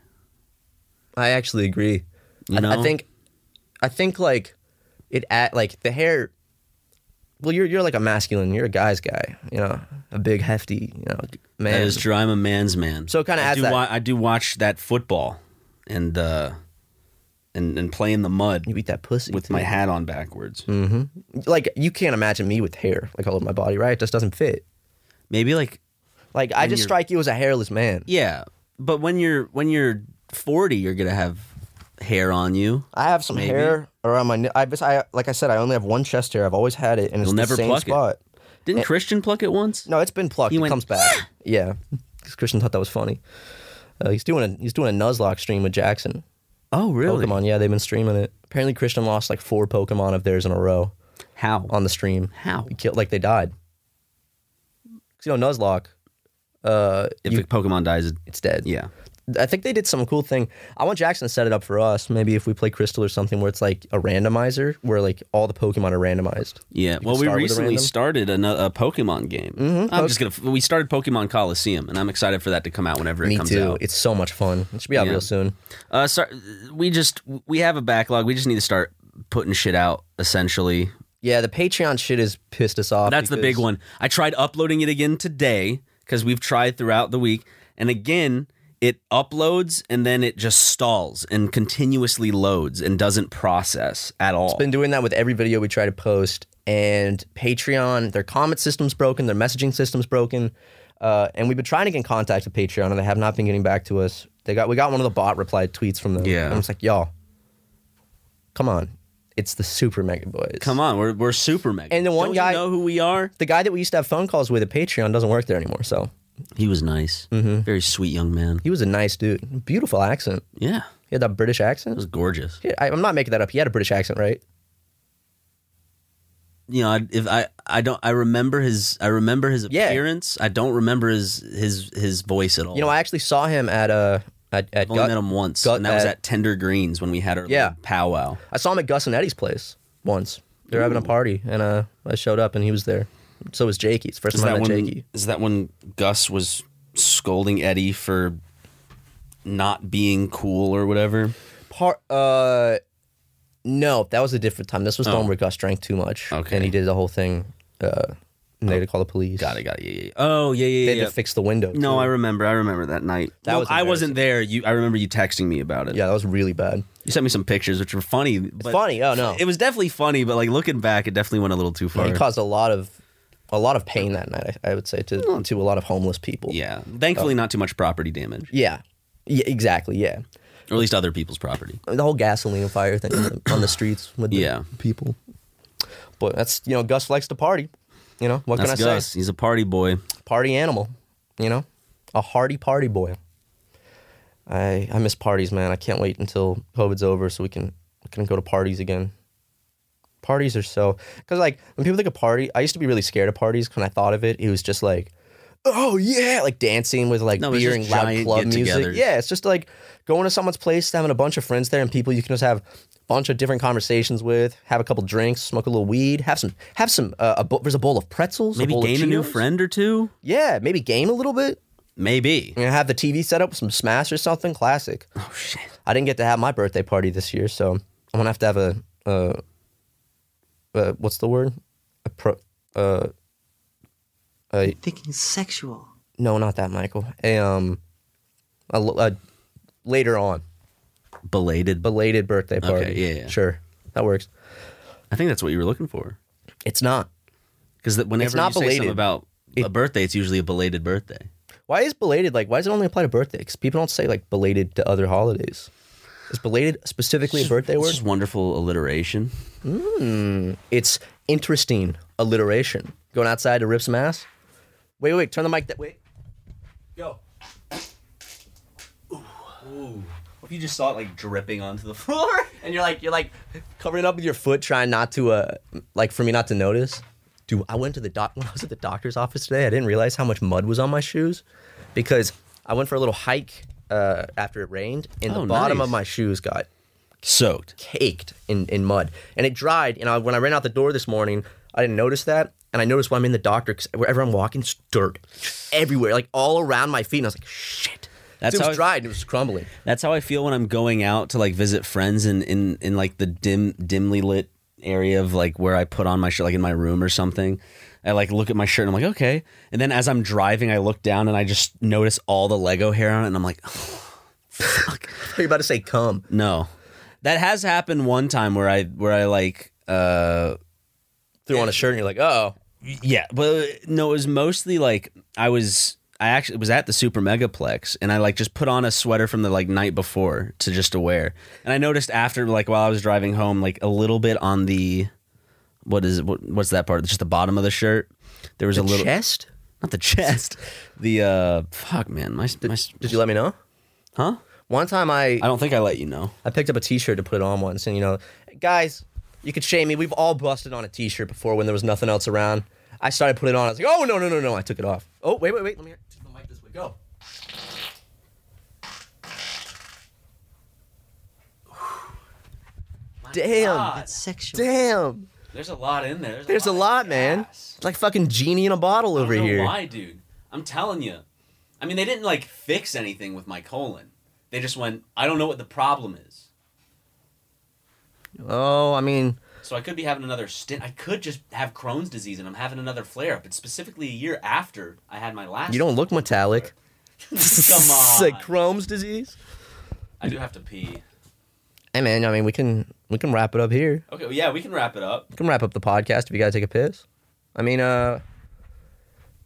[SPEAKER 5] I actually agree.
[SPEAKER 4] You
[SPEAKER 5] I- I,
[SPEAKER 4] know?
[SPEAKER 5] think, I think like it at like the hair. Well, you're you're like a masculine. You're a guy's guy. You know, a big hefty. You know, man.
[SPEAKER 4] That is true. I'm a man's man.
[SPEAKER 5] So it kinda
[SPEAKER 4] I
[SPEAKER 5] adds
[SPEAKER 4] do
[SPEAKER 5] that-
[SPEAKER 4] wa- I do watch that football and uh and and play in the mud.
[SPEAKER 5] You eat that pussy
[SPEAKER 4] with my hat on backwards.
[SPEAKER 5] hmm Like you can't imagine me with hair like all over my body, right? It just doesn't fit.
[SPEAKER 4] Maybe like,
[SPEAKER 5] like I
[SPEAKER 4] when
[SPEAKER 5] just
[SPEAKER 4] you're-
[SPEAKER 5] strike you as a hairless man.
[SPEAKER 4] Yeah, but when you're when you're 40, you're gonna have hair on you.
[SPEAKER 5] I have some
[SPEAKER 4] Maybe.
[SPEAKER 5] hair around my. kn- I, bes- I like I said, I only have one chest hair. I've always had it, and it's
[SPEAKER 4] You'll
[SPEAKER 5] the
[SPEAKER 4] never
[SPEAKER 5] same
[SPEAKER 4] pluck it.
[SPEAKER 5] spot.
[SPEAKER 4] Didn't
[SPEAKER 5] And-
[SPEAKER 4] Christian pluck it once?
[SPEAKER 5] Eh. No, it's been plucked.
[SPEAKER 4] He
[SPEAKER 5] it
[SPEAKER 4] went, "Ah!"
[SPEAKER 5] comes back. yeah, because Christian thought that was funny. Uh, he's doing a he's doing a Nuzlocke stream with Jackson.
[SPEAKER 4] Oh, really?
[SPEAKER 5] Pokemon. Yeah, they've been streaming it. Apparently, Christian lost like four Pokemon of theirs in a row.
[SPEAKER 4] How
[SPEAKER 5] on the stream?
[SPEAKER 4] How
[SPEAKER 5] He killed like they died? 'Cause, you know Nuzlocke. Uh,
[SPEAKER 4] If
[SPEAKER 5] you-
[SPEAKER 4] a Pokemon dies,
[SPEAKER 5] it's dead.
[SPEAKER 4] Yeah.
[SPEAKER 5] I think they did some cool thing. I want Jackson to set it up for us. Maybe if we play Crystal or something, where it's like a randomizer, where like all the Pokemon are randomized.
[SPEAKER 4] Yeah.
[SPEAKER 5] can
[SPEAKER 4] Well, we
[SPEAKER 5] start with a
[SPEAKER 4] recently
[SPEAKER 5] random.
[SPEAKER 4] started a, no- a Pokemon game.
[SPEAKER 5] Mhm.
[SPEAKER 4] I'm
[SPEAKER 5] Poke-
[SPEAKER 4] just gonna. f- We started Pokemon Coliseum, and I'm excited for that to come out whenever
[SPEAKER 5] Me
[SPEAKER 4] it comes
[SPEAKER 5] too.
[SPEAKER 4] out.
[SPEAKER 5] It's so much fun. It should be out
[SPEAKER 4] Yeah.
[SPEAKER 5] real soon.
[SPEAKER 4] Uh, so, we just we have a backlog. We just need to start putting shit out. Essentially,
[SPEAKER 5] Yeah, the Patreon shit has pissed us off.
[SPEAKER 4] That's the big
[SPEAKER 5] because-
[SPEAKER 4] one. I tried uploading it again today because we've tried throughout the week. And again, it uploads and then it just stalls and continuously loads and doesn't process at all.
[SPEAKER 5] It's been doing that with every video we try to post. And Patreon, their comment system's broken, their messaging system's broken. Uh, and we've been trying to get in contact with Patreon, and they have not been getting back to us. They got we got one of the bot reply tweets from them.
[SPEAKER 4] Yeah.
[SPEAKER 5] and I was like, y'all, come on, it's the Super Mega Boys.
[SPEAKER 4] Come on, we're, we're super mega.
[SPEAKER 5] And the one
[SPEAKER 4] Don't you
[SPEAKER 5] guy,
[SPEAKER 4] know who we are?
[SPEAKER 5] The guy that we used to have phone calls with at Patreon doesn't work there anymore. So
[SPEAKER 4] he was nice,
[SPEAKER 5] mm-hmm.
[SPEAKER 4] very sweet young man.
[SPEAKER 5] He was a nice dude, beautiful accent.
[SPEAKER 4] Yeah,
[SPEAKER 5] he had that British accent. It
[SPEAKER 4] was gorgeous.
[SPEAKER 5] I, I'm not making that up. He had a British accent, right?
[SPEAKER 4] you know, I- if I I don't I remember his I remember his appearance. I don't remember his his his voice at all.
[SPEAKER 5] You know, I actually saw him at uh at, at
[SPEAKER 4] I've only
[SPEAKER 5] Gut-
[SPEAKER 4] met him once,
[SPEAKER 5] Gut-
[SPEAKER 4] and that was at Tender Greens when we had our
[SPEAKER 5] Yeah.
[SPEAKER 4] little powwow.
[SPEAKER 5] I saw him at Gus and Eddie's place once. They were having a party, and uh, I showed up, and he was there. So was Jakey. It's the first
[SPEAKER 4] Is
[SPEAKER 5] time I
[SPEAKER 4] that
[SPEAKER 5] met
[SPEAKER 4] when
[SPEAKER 5] Jakey.
[SPEAKER 4] is that when Gus was scolding Eddie for not being cool or whatever?
[SPEAKER 5] Part, uh, no, that was a different time. This was the
[SPEAKER 4] Oh.
[SPEAKER 5] one where Gus drank too much, okay. and he did the whole thing. Uh, and they had to call the police. Got
[SPEAKER 4] it, Oh. got it. Yeah, yeah. Oh yeah,
[SPEAKER 5] They
[SPEAKER 4] yeah,
[SPEAKER 5] had
[SPEAKER 4] yeah.
[SPEAKER 5] to fix the window.
[SPEAKER 4] No,
[SPEAKER 5] too.
[SPEAKER 4] I remember. I remember that night.
[SPEAKER 5] That
[SPEAKER 4] No,
[SPEAKER 5] was
[SPEAKER 4] I wasn't there. You, I remember you texting me about it.
[SPEAKER 5] Yeah, that was really bad.
[SPEAKER 4] You sent me some pictures, which were funny. but-
[SPEAKER 5] funny. Oh, no.
[SPEAKER 4] it was definitely funny. But like looking back, it definitely went a little too far.
[SPEAKER 5] He caused a lot of a lot of pain that night. I, I would say to to a lot of homeless people.
[SPEAKER 4] Yeah, thankfully
[SPEAKER 5] Oh.
[SPEAKER 4] not too much property damage,
[SPEAKER 5] Yeah. yeah exactly. Yeah.
[SPEAKER 4] or at least other people's property.
[SPEAKER 5] the whole gasoline fire thing on the- on the streets with the
[SPEAKER 4] Yeah.
[SPEAKER 5] people. But that's you know Gus likes to party. You know what
[SPEAKER 4] That's
[SPEAKER 5] can I
[SPEAKER 4] Gus.
[SPEAKER 5] say?
[SPEAKER 4] He's a party boy.
[SPEAKER 5] Party animal. You know, a hardy party boy. I I miss parties, man. I can't wait until COVID's over so we can we can go to parties again. Parties are so because like when people think of party, I used to be really scared of parties. When I thought of it, it was just like, oh yeah, like dancing with like
[SPEAKER 4] No, it's
[SPEAKER 5] beer and
[SPEAKER 4] just
[SPEAKER 5] loud
[SPEAKER 4] giant
[SPEAKER 5] club music.
[SPEAKER 4] get-togethers.
[SPEAKER 5] Yeah, it's just like going to someone's place, having a bunch of friends there and people you can just have a bunch of different conversations with, have a couple drinks, smoke a little weed, have some have some uh, a bo- there's a bowl of pretzels,
[SPEAKER 4] Maybe
[SPEAKER 5] a bowl
[SPEAKER 4] gain
[SPEAKER 5] of
[SPEAKER 4] a new
[SPEAKER 5] Cheetos.
[SPEAKER 4] friend or two.
[SPEAKER 5] Yeah, maybe game a little bit.
[SPEAKER 4] Maybe.
[SPEAKER 5] And have the TV set up with some Smash or something classic. Oh shit! I didn't get to have my birthday party this year, so I'm gonna have to have a uh, uh what's the word? A pro uh, a
[SPEAKER 7] Thinking sexual.
[SPEAKER 5] no, not that Michael. A um, a, l- a- later on
[SPEAKER 4] Belated.
[SPEAKER 5] belated birthday
[SPEAKER 4] Okay,
[SPEAKER 5] party.
[SPEAKER 4] yeah, yeah.
[SPEAKER 5] sure, that works.
[SPEAKER 4] I think that's what you were looking for.
[SPEAKER 5] It's not.
[SPEAKER 4] Because whenever
[SPEAKER 5] not
[SPEAKER 4] you say something
[SPEAKER 5] belated.
[SPEAKER 4] about a birthday, it's usually a belated birthday.
[SPEAKER 5] Why is belated like? Why does it only apply to birthdays? Because people don't say like belated to other holidays. Is belated specifically a birthday
[SPEAKER 4] It's
[SPEAKER 5] word?
[SPEAKER 4] just wonderful alliteration.
[SPEAKER 5] Mm, it's interesting alliteration. Going outside to rip some ass. Wait, wait, wait. Turn the mic that way. Yo.
[SPEAKER 4] If you just saw it like dripping onto the floor,
[SPEAKER 5] and you're like, you're like covering up with your foot, trying not to, uh, like for me not to notice. Dude, I went to the doc when I was at the doctor's office today. I didn't realize how much mud was on my shoes because I went for a little hike uh, after it rained, and
[SPEAKER 4] Oh,
[SPEAKER 5] the bottom
[SPEAKER 4] nice.
[SPEAKER 5] of my shoes got
[SPEAKER 4] soaked,
[SPEAKER 5] caked in in mud, and it dried. And I, when I ran out the door this morning, I didn't notice that. And I noticed when I'm in the doctor, 'cause wherever I'm walking, it's dirt everywhere, like all around my feet. And I was like, shit.
[SPEAKER 4] That's
[SPEAKER 5] it was
[SPEAKER 4] how I-
[SPEAKER 5] dried and it was crumbling.
[SPEAKER 4] That's how I feel when I'm going out to like visit friends in in, in like the dim dimly lit area of like where I put on my shirt, like in my room or something. I like look at my shirt and I'm like, okay. And then as I'm driving, I look down and I just notice all the Lego hair on it, and I'm like,
[SPEAKER 5] Are you about to say come?
[SPEAKER 4] No, that has happened one time where I where I like uh
[SPEAKER 5] threw on a shirt and you're like, oh,
[SPEAKER 4] yeah. But uh, no, it was mostly like I was I actually was at the Super Megaplex and I like just put on a sweater from the like night before to just to wear, and I noticed after like while I was driving home like a little bit on the what is what, what's that part? Just the bottom of the shirt. There was
[SPEAKER 5] The
[SPEAKER 4] a little
[SPEAKER 5] chest?
[SPEAKER 4] not the chest. The uh fuck man, my, my
[SPEAKER 5] did you let me know?
[SPEAKER 4] Huh?
[SPEAKER 5] One time I I
[SPEAKER 4] don't think I let you know.
[SPEAKER 5] I picked up a t-shirt to put it on once and you know, guys, you could shame me. We've all busted on a t-shirt before when there was nothing else around. I started putting it on. I was like, "Oh no, no, no, no." I took it off. Oh, wait, wait, wait. Let me hear it. the mic this way. Go. Damn.
[SPEAKER 10] That's sexual.
[SPEAKER 5] Damn.
[SPEAKER 4] There's a lot in there.
[SPEAKER 5] There's a lot, man. It's like fucking genie in a bottle over
[SPEAKER 4] I don't know
[SPEAKER 5] here.
[SPEAKER 4] Why, dude? I'm telling you. I mean, they didn't like fix anything with my colon. They just went, I don't know what the problem is.
[SPEAKER 5] Oh, I mean,
[SPEAKER 4] So I could be having another stint. I could just have Crohn's disease and I'm having another flare up. It's specifically a year after I had my last.
[SPEAKER 5] you don't look metallic.
[SPEAKER 4] Come on.
[SPEAKER 5] like Crohn's disease.
[SPEAKER 4] I do have to pee.
[SPEAKER 5] Hey man, I mean, we can we can wrap it up here.
[SPEAKER 4] Okay, well, yeah, we can wrap it up.
[SPEAKER 5] We can wrap up the podcast if you gotta take a piss. I mean, uh,